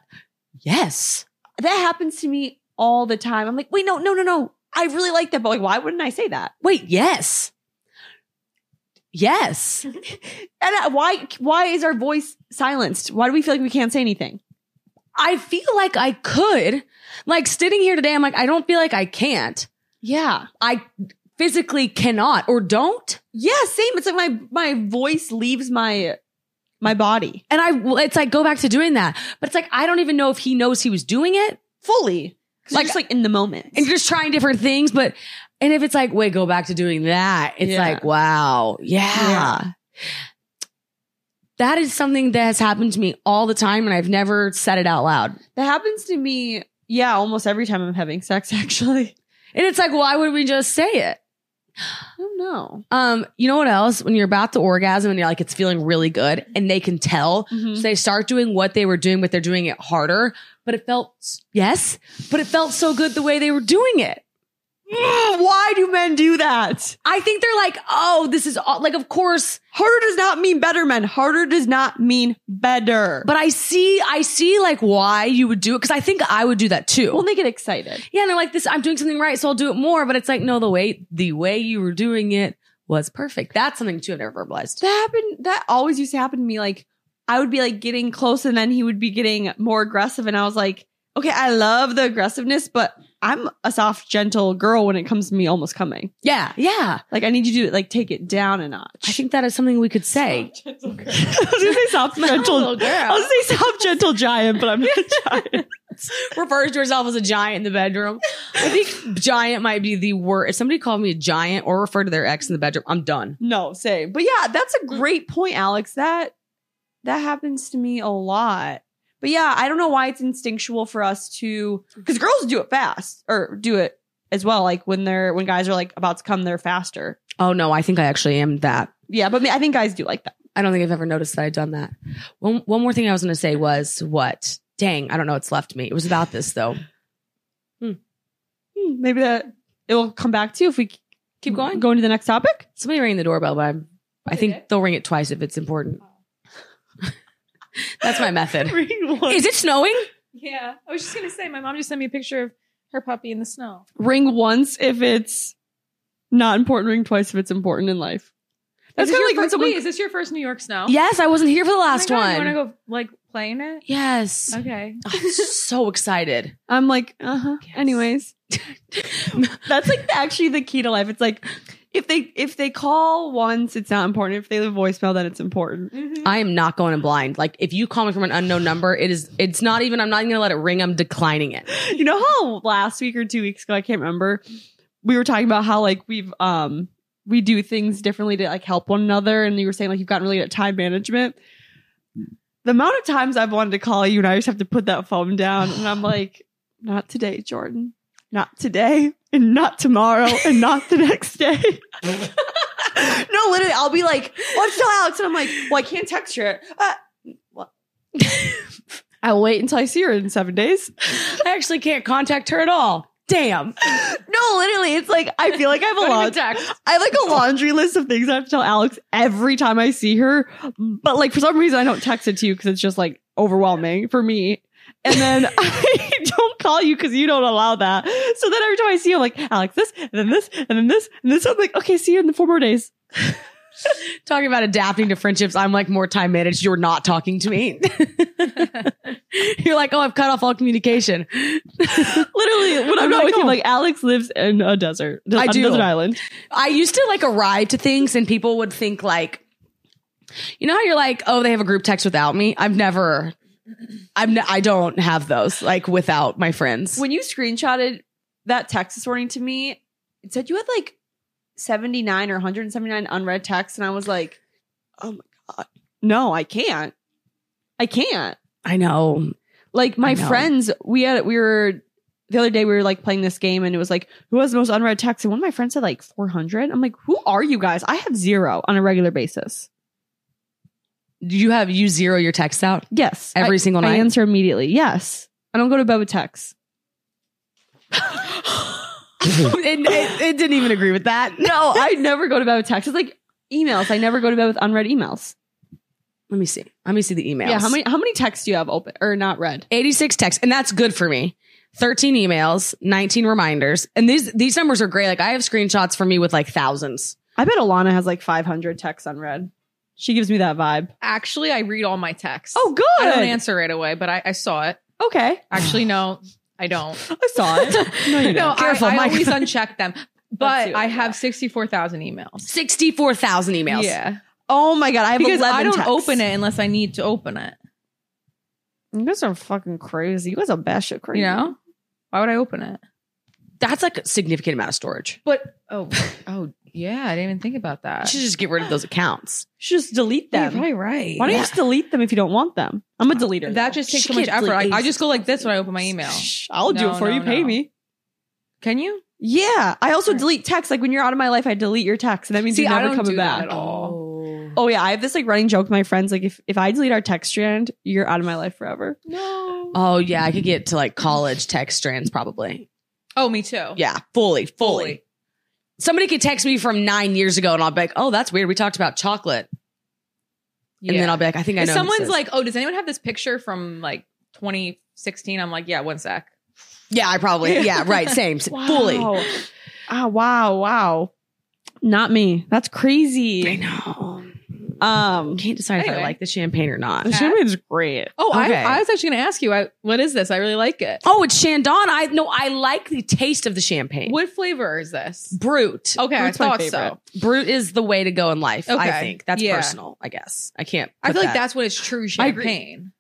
S2: Yes.
S1: that happens to me all the time. I'm like, wait, no, no, no, no. I really like that, but like, why wouldn't I say that?
S2: Wait, yes. Yes.
S1: And uh, why? Why is our voice silenced? Why do we feel like we can't say anything?
S2: I feel like I could. Like sitting here today, I'm like, I don't feel like I can't.
S1: Yeah,
S2: I physically cannot or don't.
S1: yeah, same. It's like my my voice leaves my my body
S2: And I, well, it's like, go back to doing that. But it's like, I don't even know if he knows he was doing it.
S1: fully. Like,
S2: Like-
S1: just like in the moment.
S2: And you're just trying different things. But, and if it's like, wait, go back to doing that, it's
S1: Yeah.
S2: like, wow. Yeah.
S1: Yeah.
S2: That is something that has happened to me all the time. And I've never said it out loud.
S1: that happens to me. Yeah, almost every time I'm having sex. Actually,
S2: And it's like, why would we just say it?
S1: I don't know.
S2: Um, you know what else? When you're about to orgasm and you're like, it's feeling really good and they can tell.
S1: Mm-hmm.
S2: So they start doing what they were doing, but they're doing it harder. But it felt, yes, but it felt so good the way they were doing it.
S1: Why do men do that?
S2: I think they're like, oh, this is all, like, of course.
S1: Harder does not mean better, men. Harder does not mean better.
S2: But I see, I see like why you would do it. Cause I think I would do that too.
S1: when they get excited,
S2: yeah. And they're like, this, I'm doing something right. So I'll do it more. But it's like, no, the way, the way you were doing it was perfect. That's something too I've never verbalized.
S1: that happened. That always used to happen to me. Like I would be like getting close, and then he would be getting more aggressive, and I was like, okay, I love the aggressiveness, but I'm a soft, gentle girl when it comes to me almost coming.
S2: Yeah. Yeah.
S1: Like I need you to like take it down a notch.
S2: I think that is something we could say.
S1: I was gonna say soft, gentle.
S2: little girl.
S1: I was gonna say soft, gentle giant, but I'm not a giant.
S2: refers to herself as a giant in the bedroom. I think giant might be the word. If somebody called me a giant or referred to their ex in the bedroom, I'm done.
S1: No, same. But yeah, that's a great point, Alex. That that happens to me a lot. But yeah, I don't know why it's instinctual for us to because girls do it fast or do it as well. Like when they're when guys are like about to come, they're faster.
S2: Oh no, I think I actually am that.
S1: Yeah, but I think guys do like that.
S2: I don't think I've ever noticed that I've done that. One, one more thing I was going to say was what? Dang, I don't know. It's left me. It was about this though.
S1: Hmm, maybe that it will come back to you if we
S2: Keep going.
S1: Going to the next topic.
S2: Somebody rang the doorbell, but I'm, I think they'll ring it twice if it's important. Oh. That's my method.
S1: Ring one.
S2: Is it snowing?
S3: Yeah. I was just going to say, my mom just sent me a picture of her puppy in the snow.
S1: Ring once if it's not important. Ring twice if it's important in life. That's
S3: Is
S1: kind
S3: this your
S1: of like when
S3: first-
S1: someone
S3: wait, is this your first New York snow?
S2: Yes, I wasn't here for the last
S3: oh my God,
S2: one.
S3: You want to go like playing it?
S2: yes.
S3: Okay.
S2: Oh, I'm so excited.
S1: I'm like, uh huh.
S2: Yes.
S1: Anyways, that's like actually the key to life. It's like if they if they call once, it's not important. If they leave a voicemail, then it's important.
S3: Mm-hmm.
S2: I am not going in blind. Like if you call me from an unknown number, it is it's not even I'm not even gonna let it ring, I'm declining it.
S1: You know how last week or two weeks ago, I can't remember, we were talking about how like we've um we do things differently to like help one another, and you were saying like you've gotten really good at time management. The amount of times I've wanted to call you, and I just have to put that phone down, and I'm like, not today, Jordan, not today, and not tomorrow, and not the next day. no, literally, I'll be like, well, I'm still Alex. And I'm like, well, I can't text her. Uh, what? I'll wait until I see her in seven days.
S2: I actually can't contact her at all. Damn.
S1: No, literally, it's like, I feel like I have a laundry,
S2: Text.
S1: I have like a laundry list of things I have to tell Alex every time I see her. But like, for some reason, I don't text it to you because it's just like overwhelming for me. And then I don't call you because you don't allow that. So then every time I see you, I'm like, Alex, this, and then this, and then this, and this. I'm like, okay, see you in the four more days.
S2: Talking about adapting to friendships, I'm like more time managed. You're not talking to me. You're like, oh, I've cut off all communication.
S1: Literally, when I'm,
S2: I'm
S1: not
S2: like,
S1: with you,
S2: "Oh."
S1: I'm like Alex lives in a desert.
S2: I
S1: on a
S2: do.
S1: desert island.
S2: I used to like arrive to things and people would think like, you know how you're like, oh, they have a group text without me. I've never, I'm, n- I don't have those like without my friends.
S1: When you screenshotted that text this morning to me, it said you had like 79 or 179 unread texts, and I was like, oh my god, no, I can't, I can't.
S2: I know
S1: Like my
S2: I know.
S1: friends, we had we were the other day we were like playing this game, and it was like who has the most unread texts, and one of my friends said like 400. I'm like, who are you guys? I have zero on a regular basis.
S2: you have you zero your text out
S1: Yes,
S2: every single
S1: I, I
S2: night.
S1: answer immediately. Yes, I don't go to bed with texts.
S2: it, it- it didn't even agree with that.
S1: No, I never go to bed with texts. It's like emails. I never go to bed with unread emails.
S2: Let me see. Let me see the emails.
S1: Yeah, how many how many texts do you have open or not read?
S2: 86 texts, and that's good for me. 13 emails, 19 reminders, and these these numbers are great. Like I have screenshots for me with like thousands.
S1: I bet Alana has like 500 texts unread. She gives me that vibe.
S3: Actually, I read all my texts.
S1: Oh, good.
S3: I don't answer right away, but I, I saw it.
S1: Okay,
S3: Actually, no, I don't.
S1: I saw it. No, you
S3: no,
S1: don't.
S2: Careful,
S3: I, I
S2: Mike.
S3: always uncheck them.
S1: Let's see
S3: But
S1: what
S3: I
S1: we
S3: have 64,000 emails.
S2: Sixty four thousand emails.
S3: Yeah.
S1: Oh my god, I have
S3: because
S1: 11
S3: I don't
S1: texts.
S3: open it unless I need to open it.
S1: You guys are fucking crazy. You guys are batshit crazy.
S3: You know, why would I open it?
S2: That's like a significant amount of storage.
S3: But oh, oh yeah, I didn't even think about
S2: You
S3: that.
S2: should just get rid of those accounts.
S1: You should just delete
S3: Yeah, you're
S1: them.
S3: probably right.
S1: Why don't you just delete them if you don't want them? I'm a deleter.
S3: that just takes
S2: She
S3: so much
S2: can't
S3: effort. I,
S2: delete
S3: I just go like this when I open my email.
S1: Shh, I'll do
S3: No,
S1: it for
S3: no,
S1: you. Pay
S3: no.
S1: me.
S3: Can you?
S1: Yeah, I also
S3: Right.
S1: delete texts. Like when you're out of my life, I delete your text, and that means
S3: See,
S1: you're
S3: I
S1: never
S3: don't
S1: coming
S3: do that
S1: back.
S3: at all.
S1: Oh yeah, I have this like running joke with my friends. Like if if I delete our text strand, you're out of my life forever.
S3: No.
S2: Oh yeah, I could get to like college text strands probably.
S3: Oh, me too.
S2: Yeah, fully, fully.
S3: Fully.
S2: Somebody could text me from nine years ago, and I'll be like, "Oh, that's weird. We talked about chocolate," and then I'll be like, "I think I
S3: if
S2: know." who this
S3: someone's
S2: is."
S3: like, "Oh, does anyone have this picture from like 2016?" I'm like, "Yeah, one sec."
S2: "Yeah, I probably. Yeah, right. Same. s- Fully."
S1: Wow. Ah, wow, wow. Not me. That's
S2: I
S1: crazy.
S2: know.
S1: Um,
S2: Can't decide if I
S3: Anyway.
S2: like the champagne or not.
S1: the champagne's great.
S3: Oh,
S2: Okay.
S3: I, I was actually going to ask you, I, "What is this? I really like it.
S2: Oh, it's Chandon. I no, I like the taste of the champagne.
S3: What flavor is this?"
S2: Brute.
S3: Okay, I
S1: Fruit's my
S3: thought
S1: favorite.
S3: so.
S2: Brute is the way to go in life. I
S3: Okay.
S2: think that's
S3: Yeah.
S2: personal. I guess I can't.
S3: I
S2: put
S3: feel like
S2: that-
S3: that's when it's true
S2: I agree.
S3: champagne.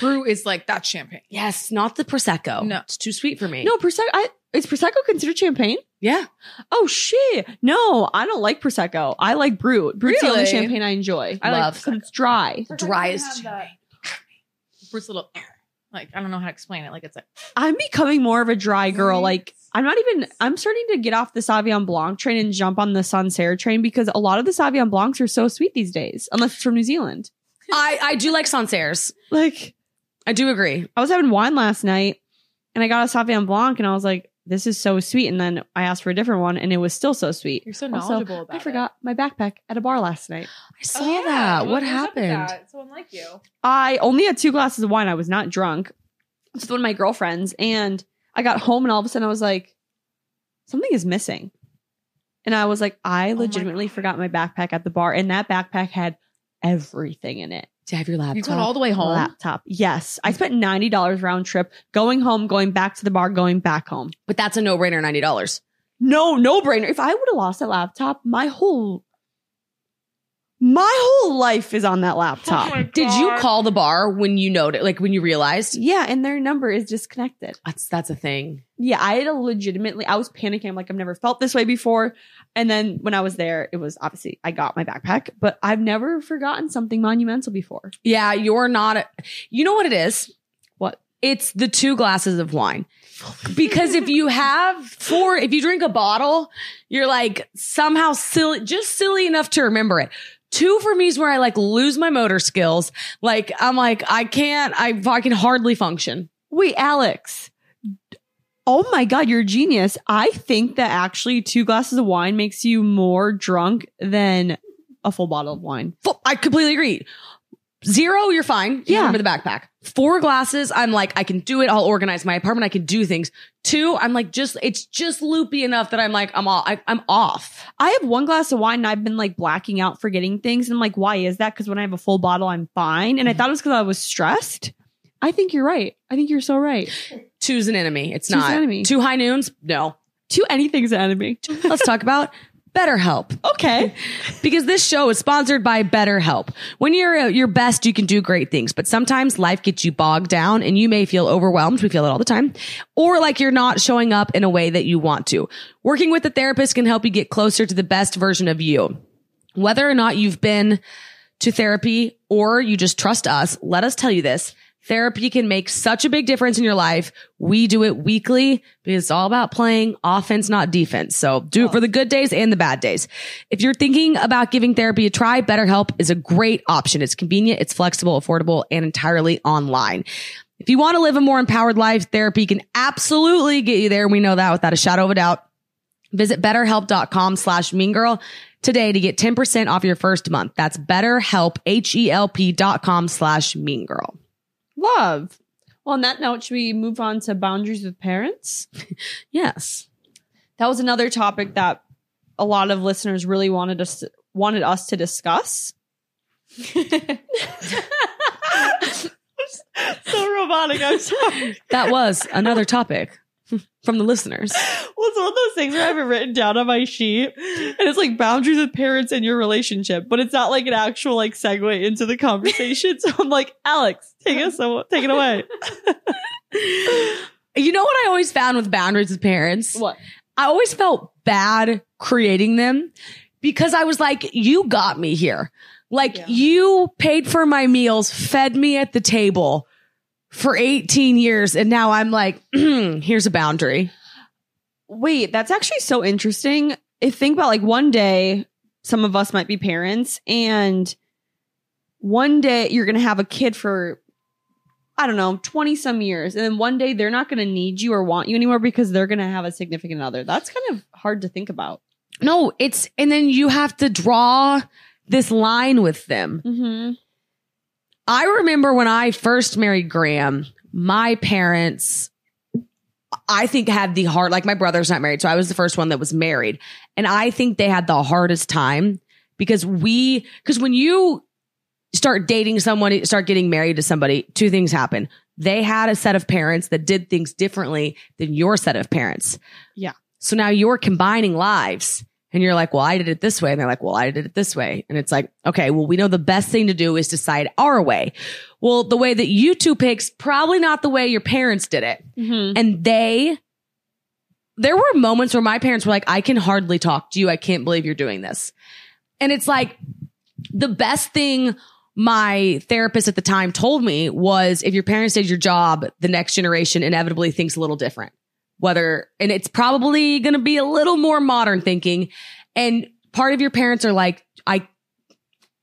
S3: Brew is like that's champagne.
S2: yes, not the prosecco.
S3: No.
S2: it's too sweet for me.
S1: No, prosecco. I, is prosecco considered champagne?
S2: yeah,
S1: Oh shit! No, I don't like prosecco. I like brut. Brut's the only
S3: Really?
S1: champagne I enjoy.
S2: I love.
S1: because it's dry.
S2: driest.
S3: Brew's a little like I don't know how to explain it. Like it's like
S1: I'm becoming more of a dry girl.
S3: Right.
S1: Like I'm not even. I'm starting to get off the Savion Blanc train and jump on the Sancerre train because a lot of the Savion Blancs are so sweet these days, unless it's from New Zealand.
S2: I I do like Sancerre's.
S1: Like
S2: I do agree.
S1: I was having wine last night, and I got a Savion Blanc, and I was like, "This is so sweet." And then I asked for a different one, and it was still so sweet.
S3: you're so
S1: Also,
S3: knowledgeable about
S1: I forgot my backpack at a bar last night.
S2: I saw
S3: Oh,
S2: that. What happened?
S3: Someone like you.
S1: I only had two glasses of wine. I was not drunk. It's with one of my girlfriends. And I got home and all of a sudden I was like, something is missing. And I was like, I
S3: Oh my
S1: legitimately forgot my backpack at the bar. And that backpack had everything in it.
S2: Do you have your laptop?
S3: You got all the way home.
S1: Laptop. Yes. I spent $90 round trip going home, going back to the bar, going back home.
S2: but that's a no brainer. Ninety dollars.
S1: No, no brainer. If I would have lost that laptop, my whole my whole life is on that
S3: Oh
S1: laptop.
S2: Did you call the bar when you know like when you realized?
S1: yeah, and their number is disconnected.
S2: That's that's a thing.
S1: yeah, I had a legitimately, I was panicking. I'm like, I've never felt this way before. And then when I was there, it was obviously I got my backpack, but I've never forgotten something monumental before.
S2: Yeah, you're not. A, you know what it is?
S1: What?
S2: It's the two glasses of wine. Because if you have four, if you drink a bottle, you're like somehow silly, just silly enough to remember it. Two for me is where I like lose my motor skills. Like I'm like I can't. I fucking hardly function.
S1: Wait, Alex. Oh my God, you're a genius. I think that actually two glasses of wine makes you more drunk than a full bottle of wine.
S2: Fu- I completely agree. Zero, you're fine. You
S1: Yeah.
S2: remember the backpack. Four glasses, I'm like, I can do it. I'll organize my apartment. I can do things. Two, I'm like, just it's just loopy enough that I'm like, I'm all, I, I'm off.
S1: I have one glass of wine and I've been like blacking out, forgetting things. And I'm like, why is that? Because when I have a full bottle, I'm fine. And I thought it was because I was stressed. I think you're right. I think you're so right.
S2: Two's an enemy. It's
S1: Two's
S2: not.
S1: an enemy.
S2: Two high noons? No.
S1: To anything's an enemy.
S2: Let's talk about BetterHelp
S1: Okay.
S2: because this show is sponsored by BetterHelp. When you're at your best, you can do great things, but sometimes life gets you bogged down and you may feel overwhelmed. We feel it all the time or like you're not showing up in a way that you want to. Working with a therapist can help you get closer to the best version of you. Whether or not you've been to therapy or you just trust us, let us tell you this. Therapy can make such a big difference in your life. We do it weekly because it's all about playing offense, not defense. So do it for the good days and the bad days. If you're thinking about giving therapy a try, BetterHelp is a great option. It's convenient, it's flexible, affordable, and entirely online. If you want to live a more empowered life, therapy can absolutely get you there. We know that without a shadow of a doubt. Visit betterhelp.com slash mean girl today to get 10% off your first month. That's betterhelp, H-E-L-P dot com slash mean girl.
S1: Love. Well, on that note, should we move on to boundaries with parents?
S2: Yes.
S1: That was another topic that a lot of listeners really wanted us wanted us to discuss. so robotic. I'm sorry.
S2: That was another topic. from the listeners.
S1: Well, it's one of those things where I have it written down on my sheet, and it's like boundaries with parents and your relationship, but it's not like an actual like segue into the conversation. So I'm like, Alex, take us, take it away.
S2: You know what I always found with boundaries with parents?
S1: What?
S2: I always felt bad creating them because I was like, you got me here. Like
S1: Yeah.
S2: you paid for my meals, fed me at the table for 18 years. And now I'm like, here's a boundary.
S1: Wait, that's actually so interesting. If think about like one day, some of us might be parents, and one day you're gonna have a kid for I don't know, 20 some years, and then one day they're not gonna need you or want you anymore because they're gonna have a significant other. That's kind of hard to think about.
S2: No, it's, and then you have to draw this line with them.
S1: Mm-hmm.
S2: I remember when I first married Graham, my parents, I think, had the hard, like my brother's not married. So I was the first one that was married. And I think they had the hardest time because we, because when you start dating someone, start getting married to somebody, two things happen. They had a set of parents that did things differently than your set of parents.
S1: Yeah.
S2: So now you're combining lives. And you're like, well, I did it this way. And they're like, well, I did it this way. And it's like, okay, well, we know the best thing to do is decide our way. Well, the way that you two picks, probably not the way your parents did it.
S1: Mm-hmm.
S2: And they, there were moments where my parents were like, I can hardly talk to you. I can't believe you're doing this. And it's like the best thing my therapist at the time told me was if your parents did your job, the next generation inevitably thinks a little different. Whether, and it's probably going to be a little more modern thinking. And part of your parents are like, I,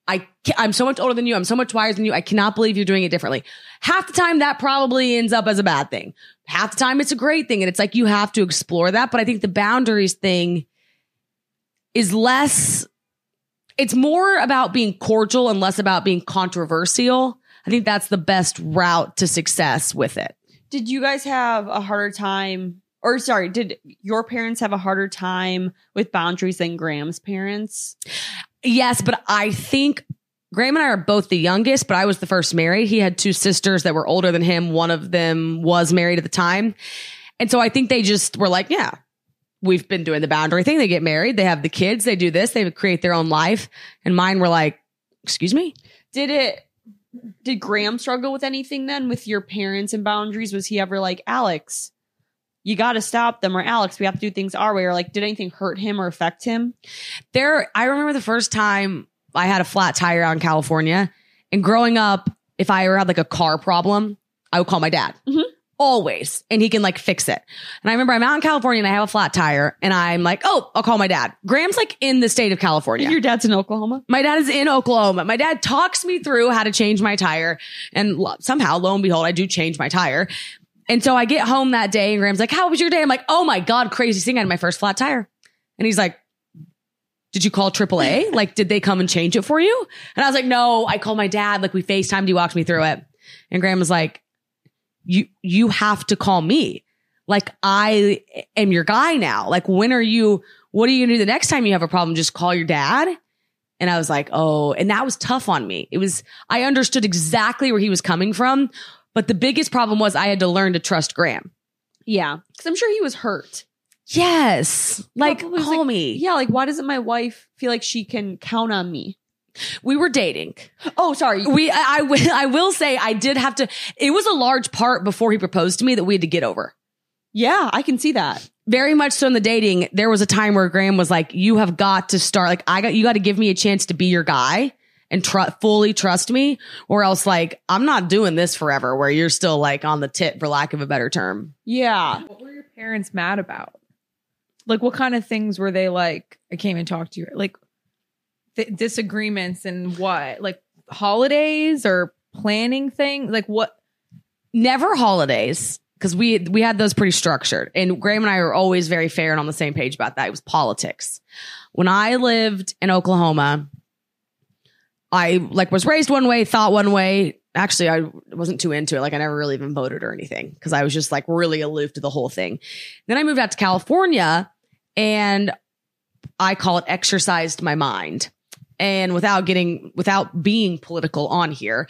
S2: I, ca- I'm so much older than you. I'm so much wiser than you. I cannot believe you're doing it differently. Half the time that probably ends up as a bad thing. Half the time it's a great thing. And it's like, you have to explore that. But I think the boundaries thing is less, it's more about being cordial and less about being controversial. I think that's the best route to success with it.
S1: Did you guys have a harder time, or sorry, did your parents have a harder time with boundaries than Graham's parents?
S2: Yes, but I think Graham and I are both the youngest, but I was the first married. He had two sisters that were older than him. One of them was married at the time. And so I think they just were like, yeah, we've been doing the boundary thing. They get married, they have the kids, they do this, they create their own life. And mine were like, excuse me?
S1: Did it? Did Graham struggle with anything then with your parents and boundaries? Was he ever like Alex? You got to stop them, or Alex, we have to do things our way, or like, did anything hurt him or affect him?
S2: there I remember the first time I had a flat tire out in California. And growing up, if I ever had like a car problem, I would call my dad.
S1: Mhm.
S2: Always. And he can like fix it. And I remember I'm out in California and I have a flat tire and I'm like, oh, I'll call my dad. Graham's like in the state of California.
S1: Your dad's in Oklahoma.
S2: My dad is in Oklahoma. My dad talks me through how to change my tire. And lo- somehow, lo and behold, I do change my tire. And so I get home that day and Graham's like, How was your day? I'm like, Oh my God, crazy thing. I had my first flat tire. And he's like, Did you call AAA? like, did they come and change it for you? And I was like, No, I called my dad. Like, we FaceTimed. He walked me through it. And Graham was like, You, you have to call me. Like, I am your guy now. Like, when are you, what are you going to do the next time you have a problem? Just call your dad? And I was like, oh, and that was tough on me. It was, I understood exactly where he was coming from. But the biggest problem was I had to learn to trust Graham.
S1: Yeah, because I'm sure he was hurt.
S2: Yes. Like,
S1: Probably was
S2: call
S1: like-
S2: me.
S1: Yeah, like why doesn't my wife feel like she can count on me?
S2: We were dating.
S1: Oh, sorry.
S2: We, I, I will, I will say I did have to, it was a large part before he proposed to me that we had to get over.
S1: Yeah, I can see that.
S2: very much so in the dating, there was a time where Graham was like, "You have got to start. Like, I got you got to give me a chance to be your guy and tr- fully trust me, or else like I'm not doing this forever. Where you're still like on the tit, for lack of a better term.
S1: Yeah.
S3: What were your parents mad about? Like, what kind of things were they like? I can't even talk to you. Like, th- disagreements and what? Like, holidays or planning things? Like, what?
S2: Never holidays because we we had those pretty structured, and Graham and I were always very fair and on the same page about that. It was politics. When I lived in Oklahoma, I like was raised one way, thought one way. Actually, I wasn't too into it. Like I never really even voted or anything because I was just like really aloof to the whole thing. Then I moved out to California and I call it exercised my mind. And without getting without being political on here,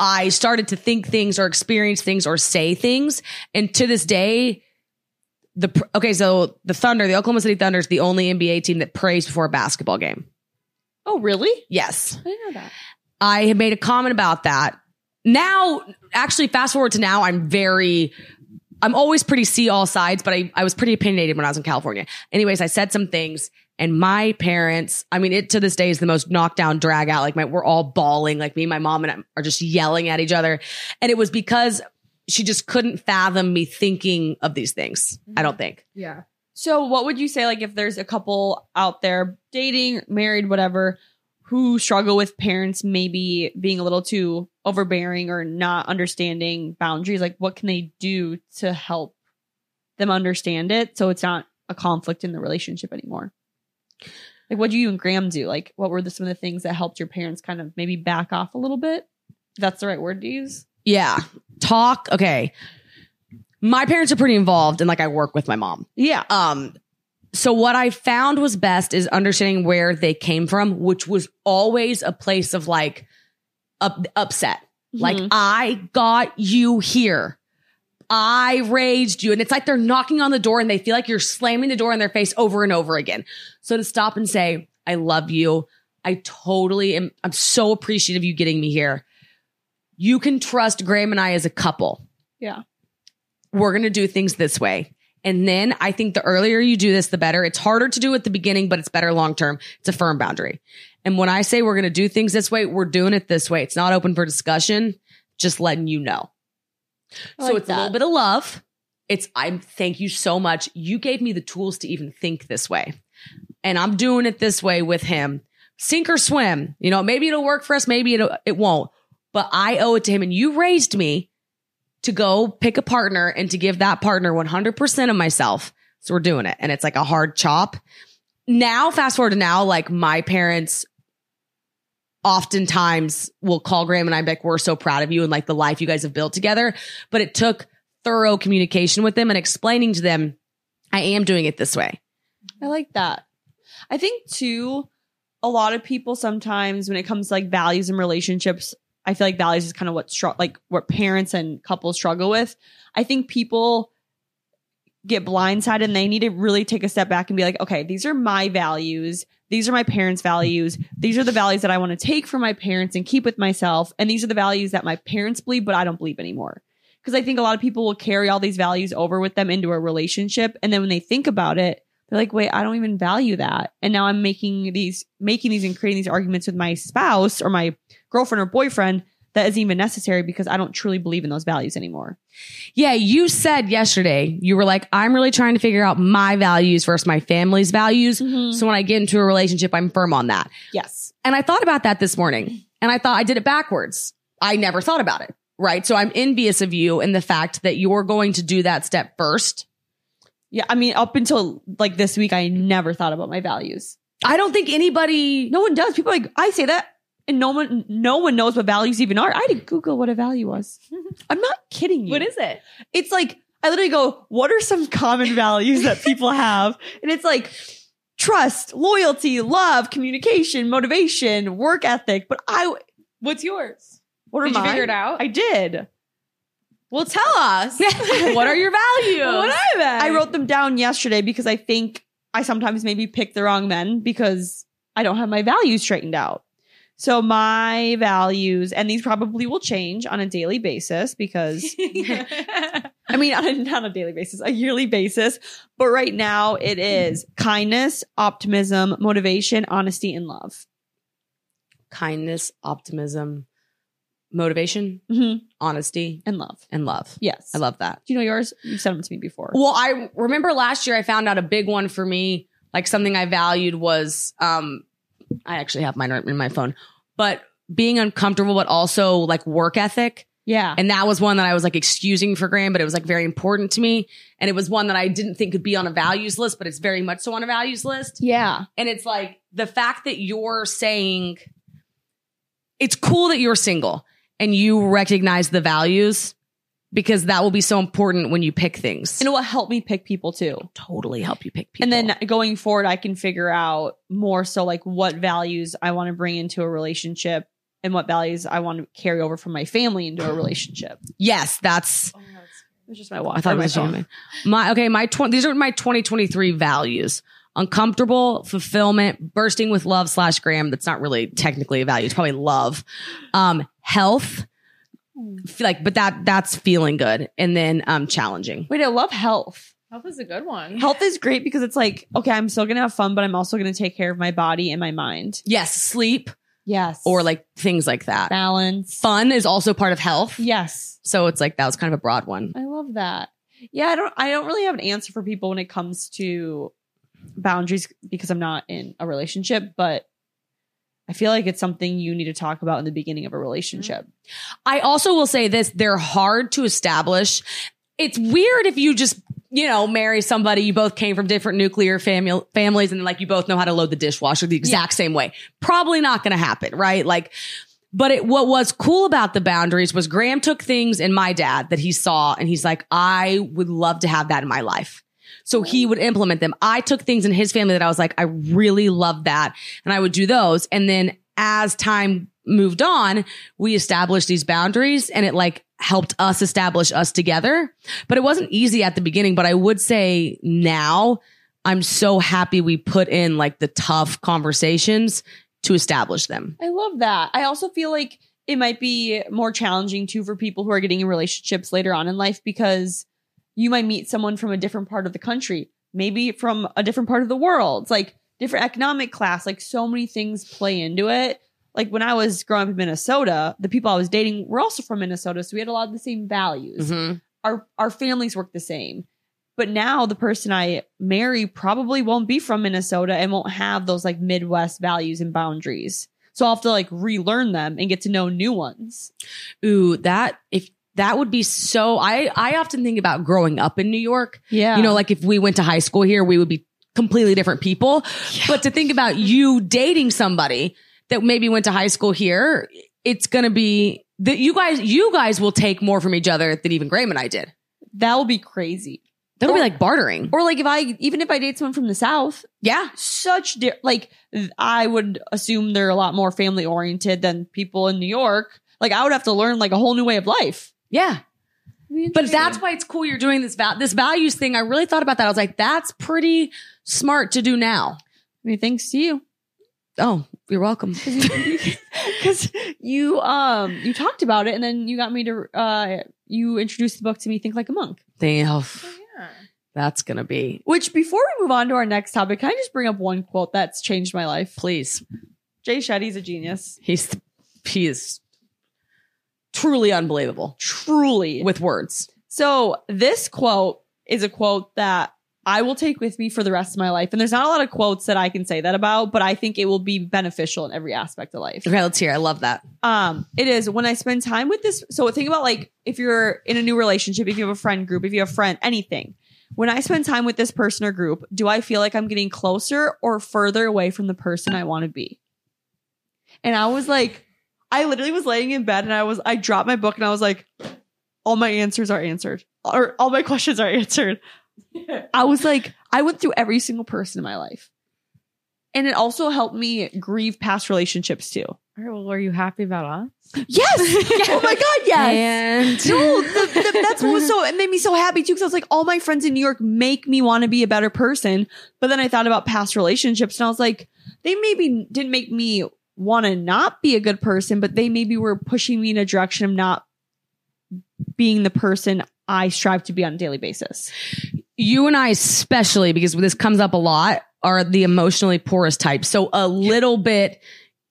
S2: I started to think things or experience things or say things. And to this day, the pr- okay, so the Thunder, the Oklahoma City Thunder is the only NBA team that prays before a basketball game.
S1: Oh, really?
S2: Yes.
S1: I didn't know that.
S2: I had made a comment about that. Now, actually, fast forward to now, I'm very, I'm always pretty see all sides, but I, I was pretty opinionated when I was in California. Anyways, I said some things, and my parents, I mean, it to this day is the most knockdown drag out. Like, my, we're all bawling. Like, me and my mom and I are just yelling at each other. And it was because she just couldn't fathom me thinking of these things. I don't think.
S3: Yeah.
S1: So, what would you say, like, if there's a couple out there dating, married, whatever, who struggle with parents maybe being a little too overbearing or not understanding boundaries? Like, what can they do to help them understand it so it's not a conflict in the relationship anymore? Like, what do you and Graham do? Like, what were the, some of the things that helped your parents kind of maybe back off a little bit? If that's the right word to use.
S2: Yeah. Talk. Okay. My parents are pretty involved, and like, I work with my mom.
S1: Yeah.
S2: Um, so what I found was best is understanding where they came from, which was always a place of like up, upset.
S1: Mm-hmm.
S2: Like I got you here. I raised you. And it's like they're knocking on the door and they feel like you're slamming the door in their face over and over again. So to stop and say, I love you. I totally am. I'm so appreciative of you getting me here. You can trust Graham and I as a couple.
S1: Yeah.
S2: We're going to do things this way. And then I think the earlier you do this, the better. It's harder to do at the beginning, but it's better long term. It's a firm boundary. And when I say we're going to do things this way, we're doing it this way. It's not open for discussion, just letting you know.
S1: I
S2: so
S1: like
S2: it's a little
S1: that.
S2: bit of love. It's I'm thank you so much. You gave me the tools to even think this way. And I'm doing it this way with him. Sink or swim. You know, maybe it'll work for us, maybe it'll, it won't. But I owe it to him and you raised me to go pick a partner and to give that partner 100% of myself. So we're doing it. And it's like a hard chop. Now, fast forward to now, like my parents oftentimes will call Graham and I back, we're so proud of you and like the life you guys have built together. But it took thorough communication with them and explaining to them, I am doing it this way.
S1: I like that. I think too, a lot of people sometimes when it comes to like values and relationships, I feel like values is kind of what str- like what parents and couples struggle with. I think people get blindsided and they need to really take a step back and be like, okay, these are my values. These are my parents' values. These are the values that I want to take from my parents and keep with myself. And these are the values that my parents believe, but I don't believe anymore. Because I think a lot of people will carry all these values over with them into a relationship. And then when they think about it, they're like wait i don't even value that and now i'm making these making these and creating these arguments with my spouse or my girlfriend or boyfriend that isn't even necessary because i don't truly believe in those values anymore
S2: Yeah, you said yesterday, you were like, I'm really trying to figure out my values versus my family's values.
S1: Mm-hmm.
S2: So when I get into a relationship, I'm firm on that.
S1: yes
S2: And I thought about that this morning and I thought I did it backwards. I never thought about it. Right. So I'm envious of you in the fact that you're going to do that step first.
S1: yeah i mean up until like this week i never thought about my values
S2: I don't think anybody
S1: no one does people are like i say that and no one no one knows what values even are i had to google what a value was i'm not kidding you
S3: What is it?
S1: it's like I literally go, what are some common values that people have? And it's like trust, loyalty, love, communication, motivation, work ethic. But I,
S3: What's yours?
S1: what are
S3: Did you
S1: mine?
S3: figure it out?
S1: I did.
S3: Well, tell us. what are your values?
S1: What
S3: are they?
S1: I wrote them down yesterday because I think I sometimes maybe pick the wrong men because I don't have my values straightened out. So my values, and these probably will change on a daily basis because I mean, on a, not on a daily basis, a yearly basis. But right now it is kindness, optimism, motivation, honesty, and love.
S2: kindness, optimism, motivation,
S1: hmm
S2: honesty,
S1: And love.
S2: and love.
S1: Yes.
S2: I love that.
S1: Do you know yours? You've sent them to me before.
S2: Well, I remember last year I found out a big one for me, like something I valued was um I actually have mine in my phone, but being uncomfortable but also like work ethic.
S1: yeah.
S2: And that was one that I was like excusing for Graham, but it was like very important to me. And it was one that I didn't think could be on a values list, but it's very much so on a values list.
S1: yeah.
S2: And it's like the fact that you're saying it's cool that you're single and you recognize the values because that will be so important when you pick things.
S1: And it will help me pick people too.
S2: totally help you pick people.
S1: And then going forward, I can figure out more so like what values I want to bring into a relationship and what values I want to carry over from my family into a relationship.
S2: yes, that's
S1: was just my watch.
S2: I thought
S1: or
S2: it
S1: my
S2: was
S1: phone.
S2: you. My okay, my tw- these are my 2023 values. Uncomfortable, fulfillment, bursting with love slash gram. That's not really technically a value. It's probably love. Um, health. Feel Like, but that that's feeling good. And then um challenging.
S1: Wait, I love health.
S3: Health is a good one.
S1: Health is great because it's like, okay, I'm still gonna have fun, but I'm also gonna take care of my body and my mind.
S2: Yes, sleep
S1: Yes.
S2: or like things like that.
S1: balance.
S2: Fun is also part of health.
S1: Yes.
S2: So it's like that was kind of a broad one.
S1: I love that. Yeah, I don't I don't really have an answer for people when it comes to boundaries because I'm not in a relationship, but I feel like it's something you need to talk about in the beginning of a relationship.
S2: I also will say this they're hard to establish. It's weird if you just, you know, marry somebody, you both came from different nuclear famu- families and like you both know how to load the dishwasher the exact same way. Probably not going to happen, right? Like, but it, what was cool about the boundaries was Graham took things in my dad that he saw and he's like, I would love to have that in my life. So he would implement them. I took things in his family that I was like, I really love that. And I would do those. And then as time moved on, we established these boundaries and it like helped us establish us together. But it wasn't easy at the beginning. But I would say now I'm so happy we put in like the tough conversations to establish them.
S1: I love that. I also feel like it might be more challenging too for people who are getting in relationships later on in life because you might meet someone from a different part of the country, maybe from a different part of the world, It's like different economic class, like so many things play into it. Like when I was growing up in Minnesota, the people I was dating were also from Minnesota, so we had a lot of the same values. Our our families work the same. But now the person I marry probably won't be from Minnesota and won't have those like Midwest values and boundaries. So I'll have to like relearn them and get to know new ones.
S2: Ooh, that if that would be so I I often think about growing up in New York
S1: Yeah.
S2: You know, like if we went to high school here, we would be completely different people. But to think about you dating somebody that maybe went to high school here, it's going to be that you guys, you guys will take more from each other than even Graham and I did.
S1: that would be crazy.
S2: That'll be like bartering.
S1: Or like if I even if I date someone from the south,
S2: yeah.
S1: such di- like th- I would assume they're a lot more family oriented than people in New York. Like I would have to learn like a whole new way of life.
S2: Yeah. But that's why it's cool you're doing this val- this values thing. I really thought about that. I was like, that's pretty smart to do now.
S1: I mean, thanks to you.
S2: Oh, you're welcome.
S1: because you um you talked about it and then you got me to uh you introduced the book to me think like a monk
S2: Damn,
S3: Yeah.
S2: that's gonna be.
S1: which before we move on to our next topic can i just bring up one quote that's changed my life
S2: Please,
S1: jay shetty's a genius
S2: he's he is truly unbelievable.
S1: truly
S2: with words.
S1: so this quote is a quote that i will take with me for the rest of my life and there's not a lot of quotes that i can say that about but i think it will be beneficial in every aspect of life
S2: Okay, let's hear. I love that.
S1: Um, it is when I spend time with this. So think about like if you're in a new relationship, if you have a friend group, if you have a friend, anything. When I spend time with this person or group, do I feel like I'm getting closer or further away from the person I want to be? And I was like, I literally was laying in bed and I was, I dropped my book and I was like, all my answers are answered or all my questions are answered. I was like, I went through every single person in my life. And it also helped me grieve past relationships too.
S3: All right. Well, are you happy about us?
S1: Yes. Oh my God. Yes.
S2: And
S1: No, the, the, that's what was so, it made me so happy too. Cause I was like, all my friends in New York make me want to be a better person. But then I thought about past relationships and I was like, they maybe didn't make me want to not be a good person, but they maybe were pushing me in a direction of not being the person I strive to be on a daily basis.
S2: you and I especially, because this comes up a lot, are the emotionally porous type. So a little bit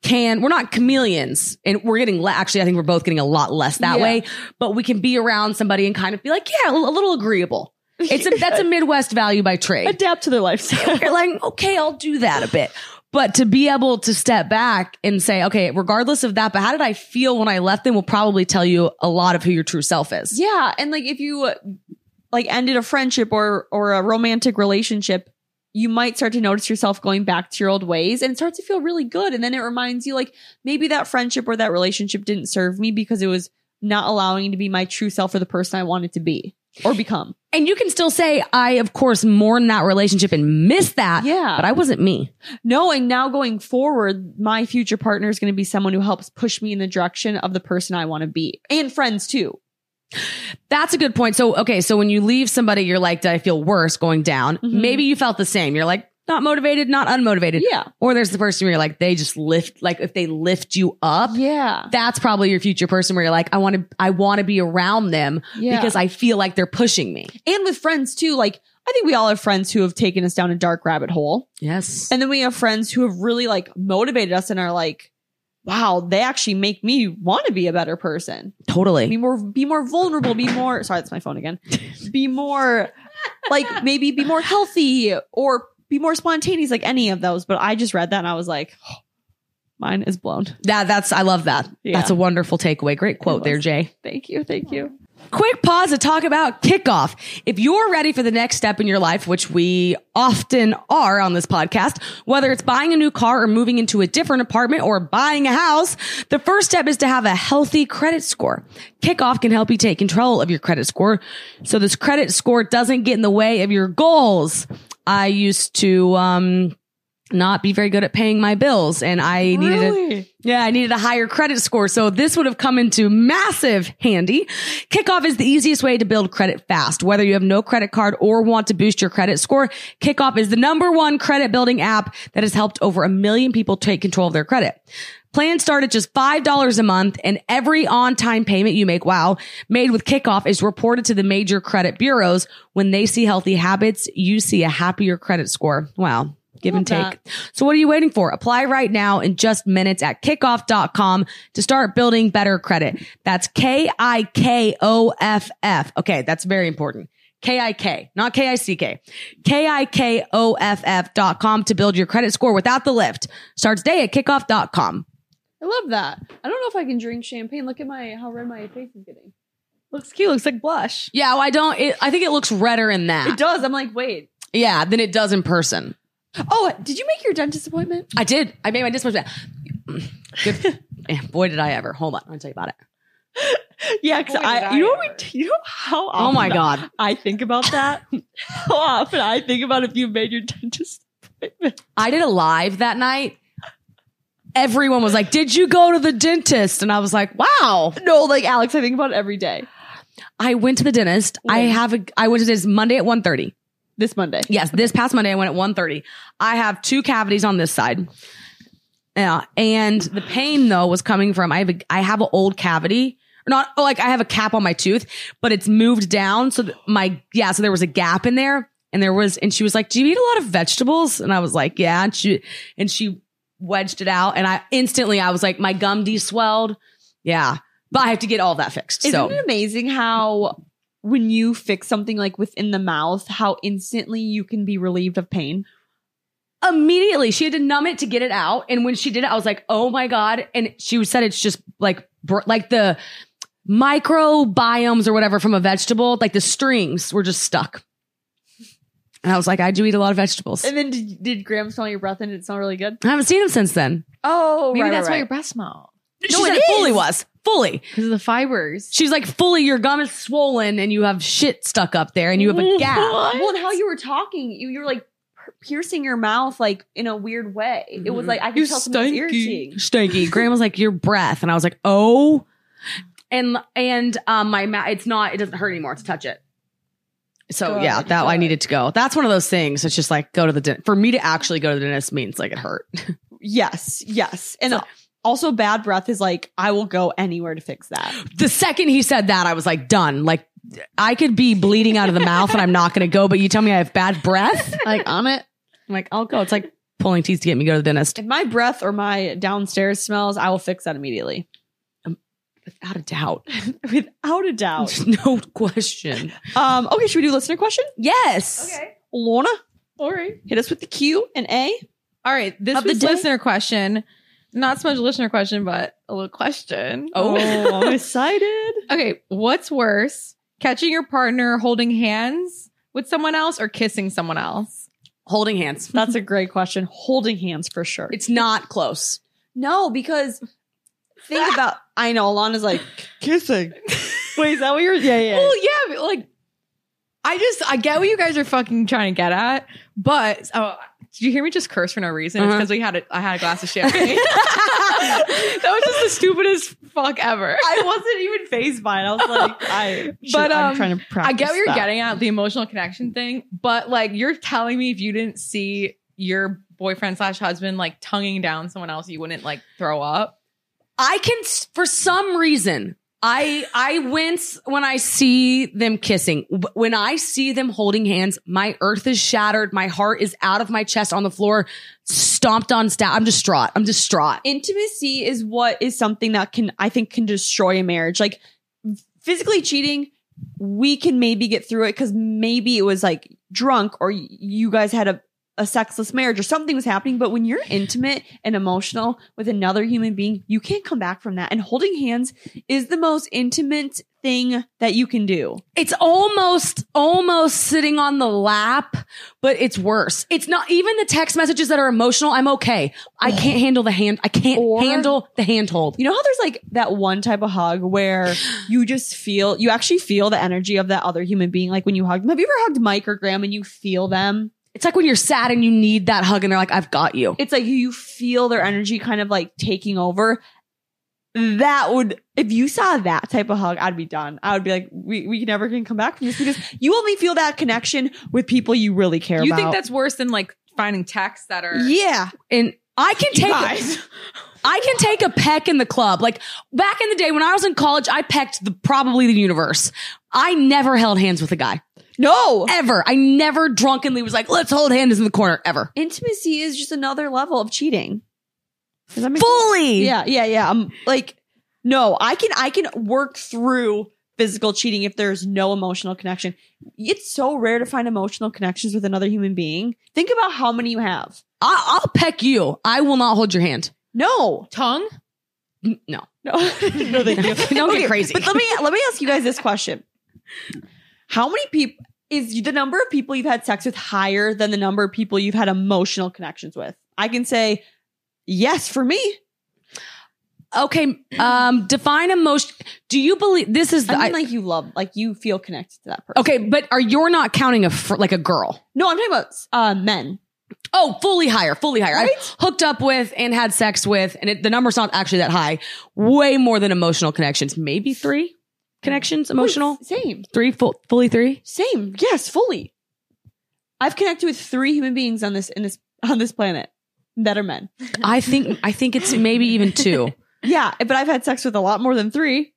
S2: can we're not chameleons and we're getting le- actually I think we're both getting a lot less that
S1: Yeah.
S2: way, but we can be around somebody and kind of be like, yeah, a little agreeable. It's a that's a Midwest value by trade.
S1: Adapt to their lifestyle.
S2: you're like, okay, I'll do that a bit. But to be able to step back and say, okay, regardless of that, but how did I feel when I left them will probably tell you a lot of who your true self is.
S1: Yeah, and like if you uh, like ended a friendship or or a romantic relationship, you might start to notice yourself going back to your old ways and it starts to feel really good and then it reminds you like maybe that friendship or that relationship didn't serve me because it was not allowing to be my true self or the person I wanted to be or become.
S2: And you can still say, I of course mourn that relationship and miss that.
S1: Yeah.
S2: But I wasn't me.
S1: No, and now going forward, my future partner is going to be someone who helps push me in the direction of the person I want to be and friends too.
S2: That's a good point. So, okay, so when you leave somebody, you're like, did I feel worse going down? Maybe you felt the same. You're like, not motivated, not unmotivated.
S1: Mm-hmm. Yeah.
S2: Or there's the person where you're like, they just lift, like if they lift you up,
S1: Yeah.
S2: that's probably your future person where you're like, I want to, I want to be around them
S1: Yeah.
S2: because I feel like they're pushing me.
S1: And with friends too. Like, I think we all have friends who have taken us down a dark rabbit hole.
S2: Yes.
S1: And then we have friends who have really like motivated us and are like, wow, they actually make me want to be a better person.
S2: totally.
S1: Be more, be more vulnerable, be more, sorry, that's my phone again. Be more like maybe be more healthy or be more spontaneous, like any of those. But I just read that and I was like, "Oh, mine is blown.
S2: That that's I love that.
S1: Yeah.
S2: That's a wonderful takeaway. Great quote
S1: was.
S2: there, Jay.
S1: Thank you. Thank you.
S2: Quick pause to talk about kickoff. If you're ready for the next step in your life, which we often are on this podcast, whether it's buying a new car or moving into a different apartment or buying a house, the first step is to have a healthy credit score. Kickoff can help you take control of your credit score so this credit score doesn't get in the way of your goals. I used to um not be very good at paying my bills and I needed a yeah, I needed a higher credit score, so this would have come into massive handy. Kickoff is the easiest way to build credit fast. Whether you have no credit card or want to boost your credit score, Kickoff is the number one credit building app that has helped over a million people take control of their credit. Plans start at just $5 a month and every on-time payment you make, wow, made with Kickoff is reported to the major credit bureaus. When they see healthy habits, you see a happier credit score. Wow. Give and take. So what are you waiting for? Apply right now in just minutes at kickoff.com to start building better credit. That's K-I-K-O-F-F. Okay. That's very important. K-I-K, not K-I-C-K. K-I-K-O-F-F dot com to build your credit score without the lift. Start today at kickoff.com.
S1: I love that. I don't know if I can drink champagne. Look at my, how red my face is getting.
S3: Looks cute. Looks like blush.
S2: Yeah. Well, I don't, it, I think it looks redder in
S1: It
S2: that.
S1: does. I'm like, wait.
S2: Yeah. Than it does in person.
S1: Oh, did you make your dentist appointment?
S2: I did. I made my disappointment. Good. Man, boy, did I ever. Hold on. I'll tell you about it.
S1: Oh Yeah, because
S3: my
S1: I,
S3: God,
S1: you know,
S3: I
S1: what we, do you know how often
S2: Oh my God.
S1: I think about that. how often I think about if you made your dentist appointment.
S2: I did a live that night. Everyone was like, "Did you go to the dentist?" And I was like, "Wow,
S1: No, like Alex, I think about it every day.
S2: I went to the dentist. I
S1: Wait.
S2: have a I went to this Monday at 1:30.
S1: This Monday.
S2: Yes, this past Monday I went at 1:30. I have two cavities on this side. Yeah, and the pain though was coming from I have a, I have an old cavity. Or Not oh, like I have a cap on my tooth, but it's moved down so that my yeah, so there was a gap in there and there was and she was like, "Do you eat a lot of vegetables?" And I was like, "Yeah." And she and she wedged it out and I instantly I was like, "My gum de-swelled." Yeah. But I have to get all that fixed. so
S1: Isn't it amazing how when you fix something like within the mouth, how instantly you can be relieved of pain?
S2: immediately she had to numb it to get it out and when she did it i was like oh my god and she said it's just like br- like the microbiomes or whatever from a vegetable like the strings were just stuck and i was like i do eat a lot of vegetables
S1: And then did, did Graham smell your breath and it smelled really good?
S2: i haven't seen him since then
S1: Oh,
S3: Maybe
S1: right,
S3: that's
S1: right,
S3: why
S1: right.
S3: your breath smells
S2: she said
S1: it
S2: it fully
S1: is.
S2: was fully
S3: because of the fibers.
S2: she's like fully your gum is swollen and you have shit stuck up there and you have a gap
S1: Well, and how you were talking, you, you were like per- piercing your mouth like in a weird way. It was like I could
S3: You
S1: tell something was
S3: stinky.
S1: irritating.
S2: stinky graham was like your breath and i was like oh and and um my mouth it's not it doesn't hurt anymore to touch it so
S1: Good,
S2: yeah that i
S1: good.
S2: needed to go that's one of those things it's just like go to the dentist for me to actually go to the dentist means like it hurt
S1: Yes, yes, and also bad breath is like I will go anywhere to fix that.
S2: the second he said that i was like done like i could be bleeding out of the mouth and i'm not gonna go but you tell me i have bad breath like on it i'm like i'll go it's like pulling teeth to get me to go to the dentist
S1: If my breath or my downstairs smells, I will fix that immediately,
S2: without a doubt
S1: without a doubt.
S2: no question
S1: Um, okay, should we do listener question?
S2: yes
S1: Lorna,
S3: All right.
S1: hit us with the Q and A.
S3: All right. This
S1: Of the
S3: was
S1: day?
S3: listener question. Not so much a listener question, but a little question.
S1: Oh. I'm excited.
S3: Okay, what's worse, catching your partner holding hands with someone else or kissing someone else?
S2: holding hands
S1: That's a great question. Holding hands for sure.
S2: it's not close
S1: No, because think about. I know Alana's like kissing. Wait, is that what you're? Yeah, yeah.
S3: Well, yeah, but like I I just I get what you guys are fucking trying to get at, but oh, did you hear me just curse for no reason? It's
S2: Uh-huh.
S3: because we had a, I had a glass of champagne. that was just the stupidest fuck ever.
S1: I wasn't even phased by it. I was like, I.
S3: But, um,
S1: I'm trying to practice.
S3: I get what you're
S1: that.
S3: getting at, the emotional connection thing, but like you're telling me if you didn't see your boyfriend slash husband like tonguing down someone else, you wouldn't like throw up.
S2: I can, for some reason, I I wince when I see them kissing. W- When I see them holding hands, my earth is shattered. My heart is out of my chest on the floor, stomped on. Sta- I'm distraught. I'm distraught.
S1: Intimacy is what is something that can I think can destroy a marriage. Like physically cheating, we can maybe get through it because maybe it was like drunk or y- you guys had a a sexless marriage or something was happening. But when you're intimate and emotional with another human being, you can't come back from that. And holding hands is the most intimate thing that you can do.
S2: It's almost almost sitting on the lap, but it's worse. It's not even the text messages that are emotional. I'm okay. I can't handle the hand. I can't
S1: Or-
S2: handle the handhold.
S1: You know how there's like that one type of hug where you just feel, you actually feel the energy of that other human being. Like when you hug them, have you ever hugged Mike or Graham and you feel them?
S2: It's like when you're sad and you need that hug, and they're like, "I've got you."
S1: It's like you feel their energy kind of like taking over. That would, if you saw that type of hug, I'd be done. I would be like, we, we never can come back from this because you only feel that connection with people you really care
S3: you
S1: about.
S3: think that's worse than like finding texts that are
S1: yeah.
S2: And I can take
S3: guys.
S2: I can take a peck in the club. Like back in the day when I was in college, I pecked the probably the universe. I never held hands with a guy
S1: No.
S2: ever. I never drunkenly was like, "Let's hold hands in the corner." Ever
S1: Intimacy is just another level of cheating. Does that make
S2: fully.
S1: Yeah, yeah, yeah. I'm like, no, I can I can work through physical cheating if there's no emotional connection. It's so rare to find emotional connections with another human being. Think about how many you have.
S2: I, I'll peck you. I will not hold your hand.
S1: No,
S3: tongue.
S2: N- No,
S1: no, no, thank you.
S2: Don't get crazy.
S1: But let me let me ask you guys this question: How many people is the number of people you've had sex with higher than the number of people you've had emotional connections with? I can say yes for me.
S2: okay. Um, define emotion. Do you believe this is the?
S1: I mean,
S2: I-
S1: like you love, like you feel connected to that person.
S2: okay, but are you're not counting a fr- like a girl?
S1: No, I'm talking about uh, men.
S2: Oh, fully higher, fully higher.
S1: Right?
S2: I've hooked up with and had sex with, and it, the number's not actually that high. Way more than emotional connections. Maybe three connections, emotional.
S1: Wait, Same.
S2: Three, full, fully three.
S1: Same. Yes, fully. I've connected with three human beings on this in this on this planet that are men.
S2: I think, I think it's maybe even two.
S1: Yeah, but I've had sex with a lot more than three.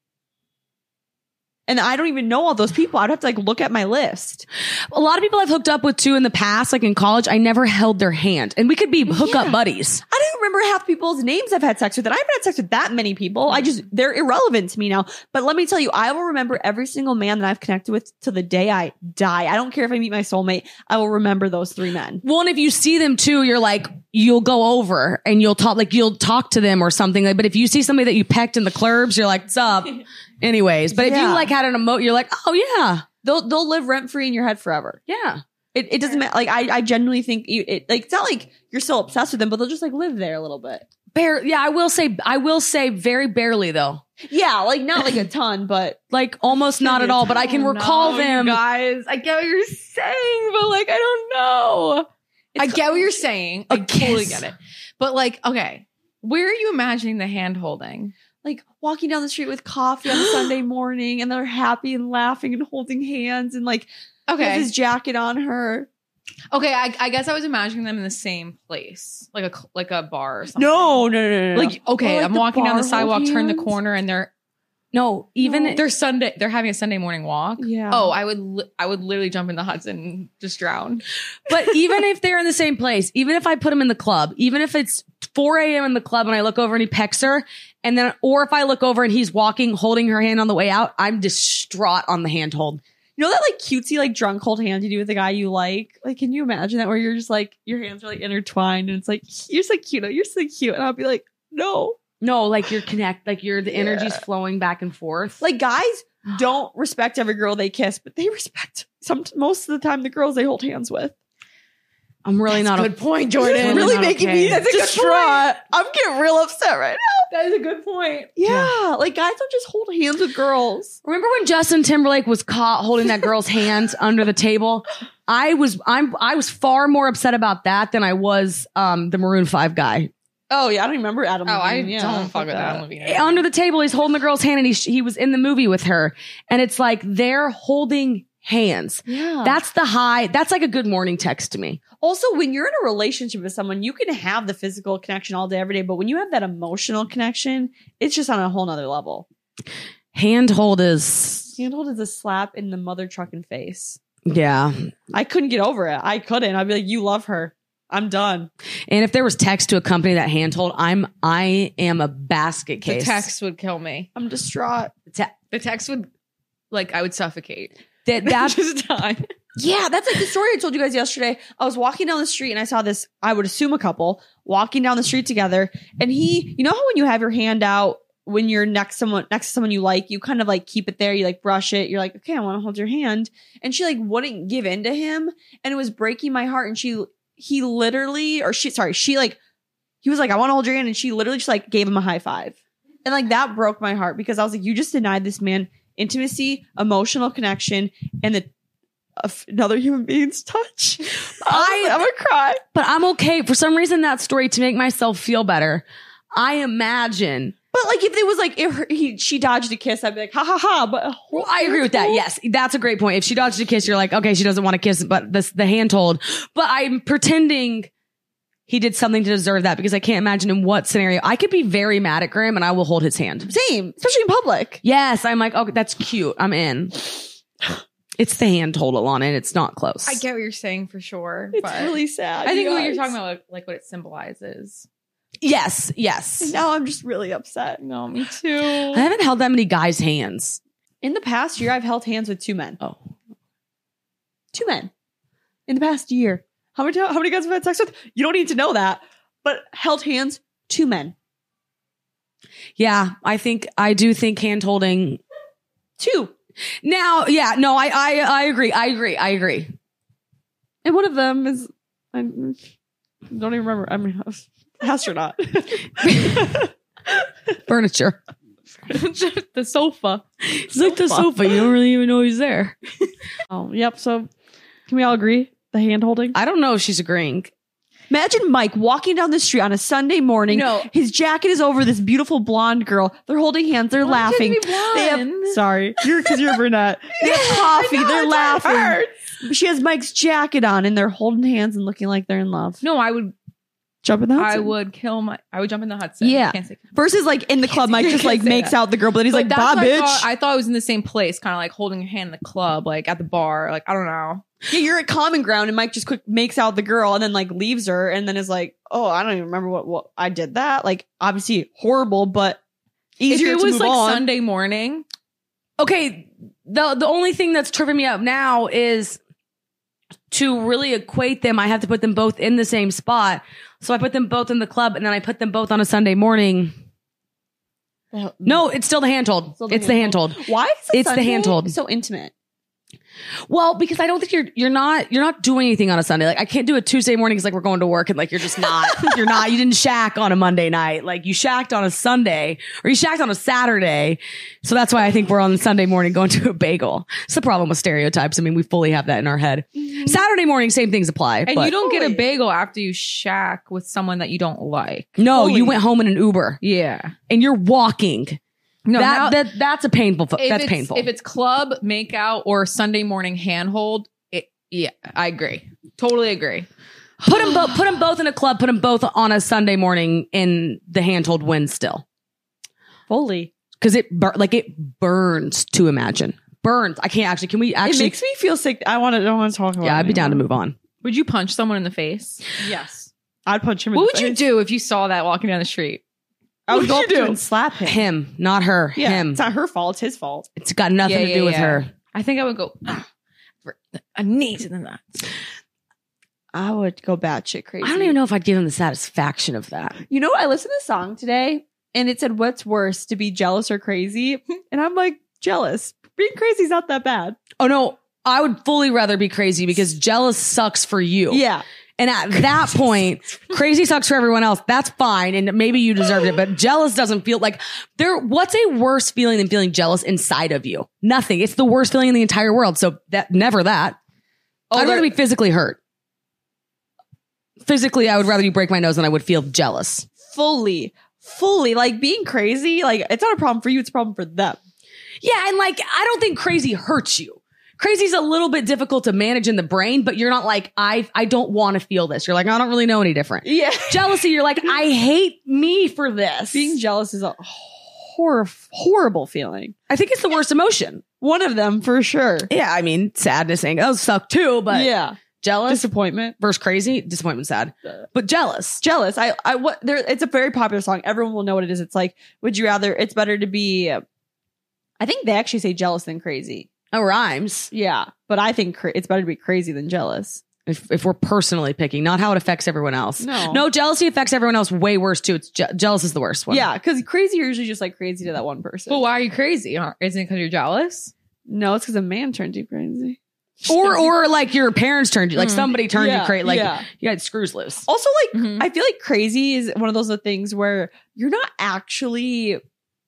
S1: And I don't even know all those people. I'd have to like look at my list.
S2: A lot of people I've hooked up with too in the past, like in college, I never held their hand, and we could be hookup buddies.
S1: I don't even remember half people's names I've had sex with, and I haven't had sex with that many people. I just they're irrelevant to me now. But let me tell you, I will remember every single man that I've connected with till the day I die. I don't care if I meet my soulmate. I will remember those three men.
S2: Well, and if you see them too, you're like, you'll go over and you'll talk, like you'll talk to them or something. Like, but if you see somebody that you pecked in the clubs, you're like, what's up? Anyways, but if
S1: Yeah.
S2: you like had an emote, you're like, oh yeah,
S1: They'll they'll live rent free in your head forever.
S2: yeah.
S1: It, it doesn't matter. Like I, I genuinely think you, it. Like it's not like you're still obsessed with them, but they'll just like live there a little bit.
S2: Bare, yeah, I will say, I will say very barely though.
S1: Yeah, like not like a ton, but
S2: Like almost not at all, but I can recall
S3: Oh, No,
S2: them.
S3: you guys. I get what you're saying, but like I don't know. I get what you're saying. I
S2: A
S3: totally
S2: kiss.
S3: get it. But like, okay, where are you imagining the hand holding?
S1: like walking down the street with coffee on a Sunday morning, and they're happy and laughing and holding hands, and like has his jacket on her.
S3: okay. I, I guess I was imagining them in the same place, like a cl- like a bar or something.
S1: No, no, no, no.
S3: Like
S1: Or,
S3: okay,
S1: like,
S3: I'm
S1: the
S3: walking down the
S1: bar
S3: sidewalk,
S1: holding
S3: turn the
S1: hands.
S3: corner, and they're
S2: No, even
S3: they're Sunday. They're having a Sunday morning walk.
S1: yeah.
S3: Oh, I would li- I would literally jump in the Hudson and just drown.
S2: But even if they're in the same place, even if I put them in the club, even if it's 4 a.m. in the club and I look over and he pecks her, and then, or if I look over and he's walking, holding her hand on the way out, I'm distraught on the handhold.
S1: you know that like cutesy like drunk hold hand you do with the guy you like. Like, can you imagine that where you're just like your hands are like intertwined, and it's like you're so cute, oh, you're so cute, and I'll be like, no,
S2: No, like you're connect, like you're, the
S1: Yeah.
S2: energy's flowing back and forth.
S1: Like guys don't respect every girl they kiss, but they respect some most of the time the girls they hold hands with.
S2: I'm really not.
S5: Good point,
S2: Jordan.
S5: Jordan.
S2: Really
S1: really
S2: not
S1: making me
S2: okay.
S1: distraught. I'm getting real upset right now.
S3: That is a good point.
S1: Yeah, like guys don't just hold hands with girls.
S2: Remember when Justin Timberlake was caught holding that girl's hands under the table? I was I'm I was far more upset about that than I was um the Maroon Five guy
S1: Oh yeah, I don't remember Adam.
S5: Oh, I
S1: Levine. Yeah,
S5: don't fuck with that.
S2: under the table. He's holding the girl's hand and he he was in the movie with her, and it's like they're holding hands.
S1: Yeah.
S2: That's the high. That's like a good morning text to me.
S1: also when you're in a relationship with someone, you can have the physical connection all day, every day, but when you have that emotional connection, it's just on a whole nother level.
S2: Hand hold is
S1: Handhold is a slap in the mother trucking face.
S2: yeah.
S1: I couldn't get over it. I couldn't. I'd be like, you love her. I'm done.
S2: And if there was text to accompany that hand hold, I'm I am a basket
S3: The
S2: case.
S3: text would kill me.
S1: I'm distraught.
S3: The text would, like, I would suffocate.
S2: that that
S3: just die.
S1: Yeah, that's like the story I told you guys yesterday. I was walking down the street and I saw this, I would assume a couple walking down the street together. And he, you know how when you have your hand out when you're next someone next to someone you like, you kind of like keep it there, you like brush it, you're like, okay, I want to hold your hand. And she like wouldn't give in to him. And it was breaking my heart. And she he literally, or she sorry, she like he was like, I want to hold your hand. And she literally just like gave him a high five. And like that broke my heart because I was like, you just denied this man intimacy, emotional connection, and the of another human being's touch. I, I'm gonna cry.
S2: but I'm okay. For some reason, that story to make myself feel better, I imagine.
S1: But like, if it was like if her, he she dodged a kiss, I'd be like, ha ha ha. But
S2: Well, I agree with that. Yes, that's a great point. If she dodged a kiss, you're like, okay, she doesn't want to kiss, but this the hand hold. But I'm pretending he did something to deserve that because I can't imagine in what scenario. I could be very mad at Graham and I will hold his hand.
S1: same, especially in public.
S2: Yes, I'm like, okay, that's cute. I'm in. It's the hand hold, Alana, and it's not close.
S3: I get what you're saying for sure.
S1: It's
S3: but
S1: really sad.
S3: I think
S1: you
S3: what you're
S1: guys.
S3: talking about, like, like what it symbolizes.
S2: Yes, yes.
S1: Now I'm just really upset.
S3: No, me
S2: I
S3: too.
S2: haven't held that many guys' hands.
S1: In the past year, I've held hands with two men.
S2: Oh.
S1: Two men. In the past year, how many how many guys have I had sex with? You don't need to know that, but held hands, two men,
S2: Yeah, I think I do think hand holding
S1: two.
S2: Now, yeah, no, I, I, I agree. I agree. I agree.
S1: And one of them is I don't even remember. I mean, astronaut.
S2: Furniture.
S3: the sofa.
S2: It's like the sofa. You don't really even know he's there.
S1: Oh, yep. So can we all agree? The hand holding.
S2: I don't know if she's agreeing.
S1: Imagine Mike walking down the street on a Sunday morning.
S3: No.
S1: His jacket is over this beautiful blonde girl. They're holding hands. They're laughing. They have, sorry, you're because you're a brunette. They have coffee. they're laughing. She has Mike's jacket on, and they're holding hands and looking like they're in love.
S3: No, I would.
S1: Jump in the
S3: I
S1: Hudson.
S3: would kill my. I would jump in the Hudson.
S1: Yeah.
S3: Can't say-
S1: Versus like in the club, Mike just like
S3: Can't say
S1: makes
S3: that.
S1: out the girl, but then he's like,
S3: But that's
S1: "Bye,
S3: what I
S1: bitch."
S3: thought. I thought it was in the same place, kind of like holding your hand in the club, like at the bar, like I don't know.
S1: yeah, you're at common ground, and Mike just quick makes out the girl, and then like leaves her, and then is like, "Oh, I don't even remember what, what I did that." Like, obviously horrible, but easier
S3: if it
S1: to
S3: was
S1: move
S3: like
S1: on.
S3: Sunday morning,
S2: Okay. The, the only thing that's tripping me up now is to really equate them. I have to put them both in the same spot. So I put them both in the club and then I put them both on a Sunday morning. No, it's still the hand hold.
S1: Still the
S2: it's the hand
S1: hand
S2: hold.
S1: Why is
S2: It's the
S1: Sunday
S2: handhold.
S1: so intimate?
S2: Well, because I don't think you're you're not you're not doing anything on a Sunday. Like I can't do a Tuesday morning because like we're going to work and like you're just not you're not you didn't shack on a Monday night. Like you shacked on a Sunday or you shacked on a Saturday. So that's why I think we're on the Sunday morning going to a bagel. It's the problem with stereotypes. I mean, we fully have that in our head. Saturday morning, same things apply.
S3: Mm-hmm. and
S2: but-
S3: you don't get a
S1: Holy.
S3: bagel after you shack with someone that you don't like.
S2: No,
S3: Holy-
S2: you went home in an Uber
S3: Yeah.
S2: and you're walking.
S3: No,
S2: that,
S3: now-
S2: that that's a painful. fo-
S3: if
S2: That's
S3: it's-
S2: painful.
S3: If it's club, makeout, or Sunday morning handhold, it, yeah, I agree. Totally agree.
S2: put them both put them both in a club. Put them both on a Sunday morning in the handhold wind still.
S1: Fully.
S2: because it bur- like it burns to imagine burns i can't actually can we
S1: It
S2: actually
S1: makes me feel sick. I want to. don't want to talk about.
S2: yeah
S1: it
S2: i'd be down to
S1: anymore.
S2: move on
S3: Would you punch someone in the face?
S1: Yes, I'd punch him.
S3: What
S1: in
S3: would
S1: the
S3: you
S1: face.
S3: do if you saw that walking down the street?
S1: I would
S3: What
S1: go
S3: would
S1: up
S3: you
S1: to
S3: do?
S1: him and slap him.
S2: him not her
S1: Yeah,
S2: him
S1: it's not her fault. It's his fault.
S2: it's got nothing
S3: Yeah,
S2: to
S3: yeah,
S2: do with
S3: yeah.
S2: her
S3: I think I would go "Ah, for a knee to the nuts.
S1: I would go batshit crazy.
S2: i don't even know if i'd give him the satisfaction of that
S1: You know, I listened to a song today, and it said, "What's worse, to be jealous or crazy?" And I'm like, jealous. Being crazy's not that bad.
S2: oh no i would fully rather be crazy because jealous sucks for you
S1: Yeah,
S2: And at that point, crazy sucks for everyone else. That's fine. And maybe you deserved it, but jealous doesn't feel like there. What's a worse feeling than feeling jealous inside of you? Nothing. It's the worst feeling in the entire world. So that never that. I'd rather be physically hurt. Physically, I would rather you break my nose than I would feel jealous.
S1: fully, fully like being crazy. Like it's not a problem for you; it's a problem for them.
S2: Yeah. And like, I don't think crazy hurts you. Crazy's a little bit difficult to manage in the brain, but you're not like, I, I don't want to feel this. You're like, I don't really know any different.
S1: Yeah,
S2: Jealousy, you're like, I hate me for this.
S1: being jealous is a hor- horrible feeling.
S2: I think it's the worst emotion.
S1: One of them for sure.
S2: Yeah, I mean, sadness, anger, those suck too, but
S1: yeah,
S2: jealous
S1: disappointment.
S2: versus crazy, disappointment, sad, but jealous.
S1: Jealous. I, I, what, there, it's a very popular song. Everyone will know what it is. It's like, would you rather, it's better to be, I think they actually say jealous than crazy.
S2: Oh, rhymes.
S1: Yeah. But I think cra- it's better to be crazy than jealous.
S2: If, if we're personally picking, not how it affects everyone else.
S1: No.
S2: No, jealousy affects everyone else way worse too. It's je- jealous is the worst one.
S1: Yeah. Cause crazy, you're usually just like crazy to that one person.
S3: But why are you crazy? Aren't- Isn't it because you're jealous?
S1: no, it's cause a man turned you crazy.
S2: Or or like your parents turned you, like
S3: Mm.
S2: somebody turned you
S1: Yeah,
S2: crazy, like Mm-hmm.
S1: yeah.
S2: you had screws loose.
S1: Also, like,
S3: Mhm.
S1: I feel like crazy is one of those things where you're not actually,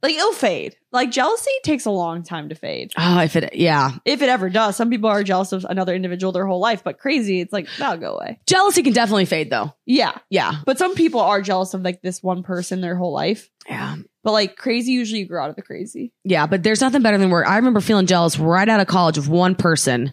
S1: like, it'll fade. Like, jealousy takes a long time to fade.
S2: Oh, if it yeah,
S1: if it ever does. Some people are jealous of another individual their whole life, but crazy, it's like that'll go away.
S2: jealousy can definitely fade though.
S1: Yeah,
S2: Yeah,
S1: but some people are jealous of like this one person their whole life.
S2: yeah.
S1: But like crazy, usually you grow out of the crazy.
S2: Yeah, but there's nothing better than work. I remember feeling jealous right out of college of one person,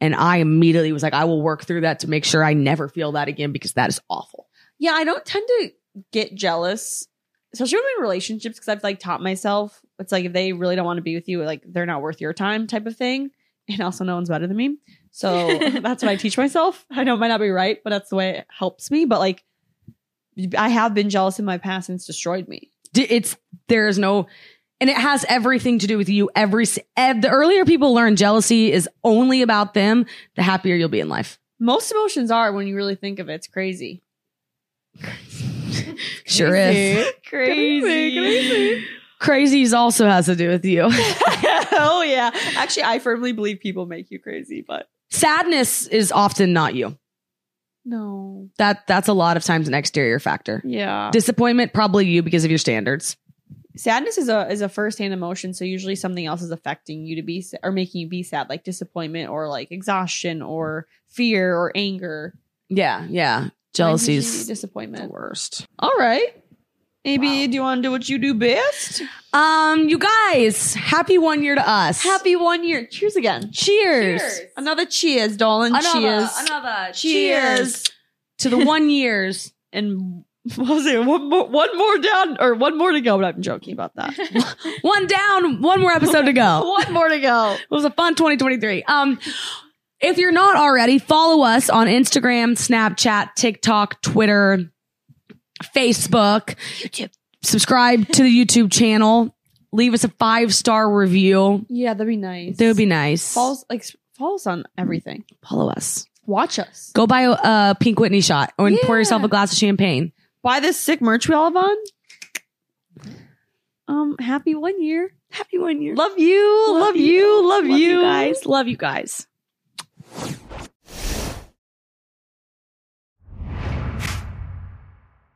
S2: and I immediately was like, I will work through that to make sure I never feel that again because that is awful.
S1: Yeah, I don't tend to get jealous, especially with my relationships, because I've like taught myself it's like if they really don't want to be with you, like they're not worth your time, type of thing. And also, no one's better than me, so that's what I teach myself. I know it might not be right, but that's the way it helps me. But like, I have been jealous in my past, and it's destroyed me.
S2: D- It's there is no, and it has everything to do with you. Every s- ev- the earlier people learn jealousy is only about them, the happier you'll be in life.
S1: Most emotions are when you really think of it. It's crazy.
S2: Sure is.
S1: Crazy.
S2: Crazies also has to do with you.
S1: oh yeah. Actually, I firmly believe people make you crazy, but
S2: Sadness is often not you.
S1: no.
S2: That that's a lot of times an exterior factor.
S1: Yeah.
S2: Disappointment probably you because of your standards.
S1: Sadness is a is a firsthand emotion, so usually something else is affecting you to be sa- or making you be sad, like disappointment or like exhaustion or fear or anger.
S2: Yeah, yeah.
S1: Mine's usually
S2: Jealousy's
S1: disappointment.
S2: worst.
S1: All right. Maybe do you want to do what you do best?
S2: Um, you guys, happy one year to us.
S1: Happy one year. Cheers again.
S2: cheers,
S1: Another cheers, darling. cheers.
S2: another
S1: cheers.
S2: to the one years.
S1: and what was it one more, one more down or one more to go? But I'm joking about that.
S2: One down, one more episode to go.
S1: one more to go.
S2: It was a fun 2023. Um, if you're not already, follow us on Instagram, Snapchat, TikTok, Twitter, Facebook. YouTube. Subscribe to the YouTube channel. Leave us a five star review.
S1: Yeah, that'd be nice.
S2: That would be nice.
S1: follow us, like follow us on everything.
S2: follow us.
S1: Watch us.
S2: Go buy a, a Pink Whitney shot or and pour
S1: Yeah.
S2: yourself a glass of champagne.
S1: Buy this sick merch we all have on. Um, happy one year.
S2: Happy one year.
S1: Love you. Love, you. Love, you.
S2: guys. Love you guys.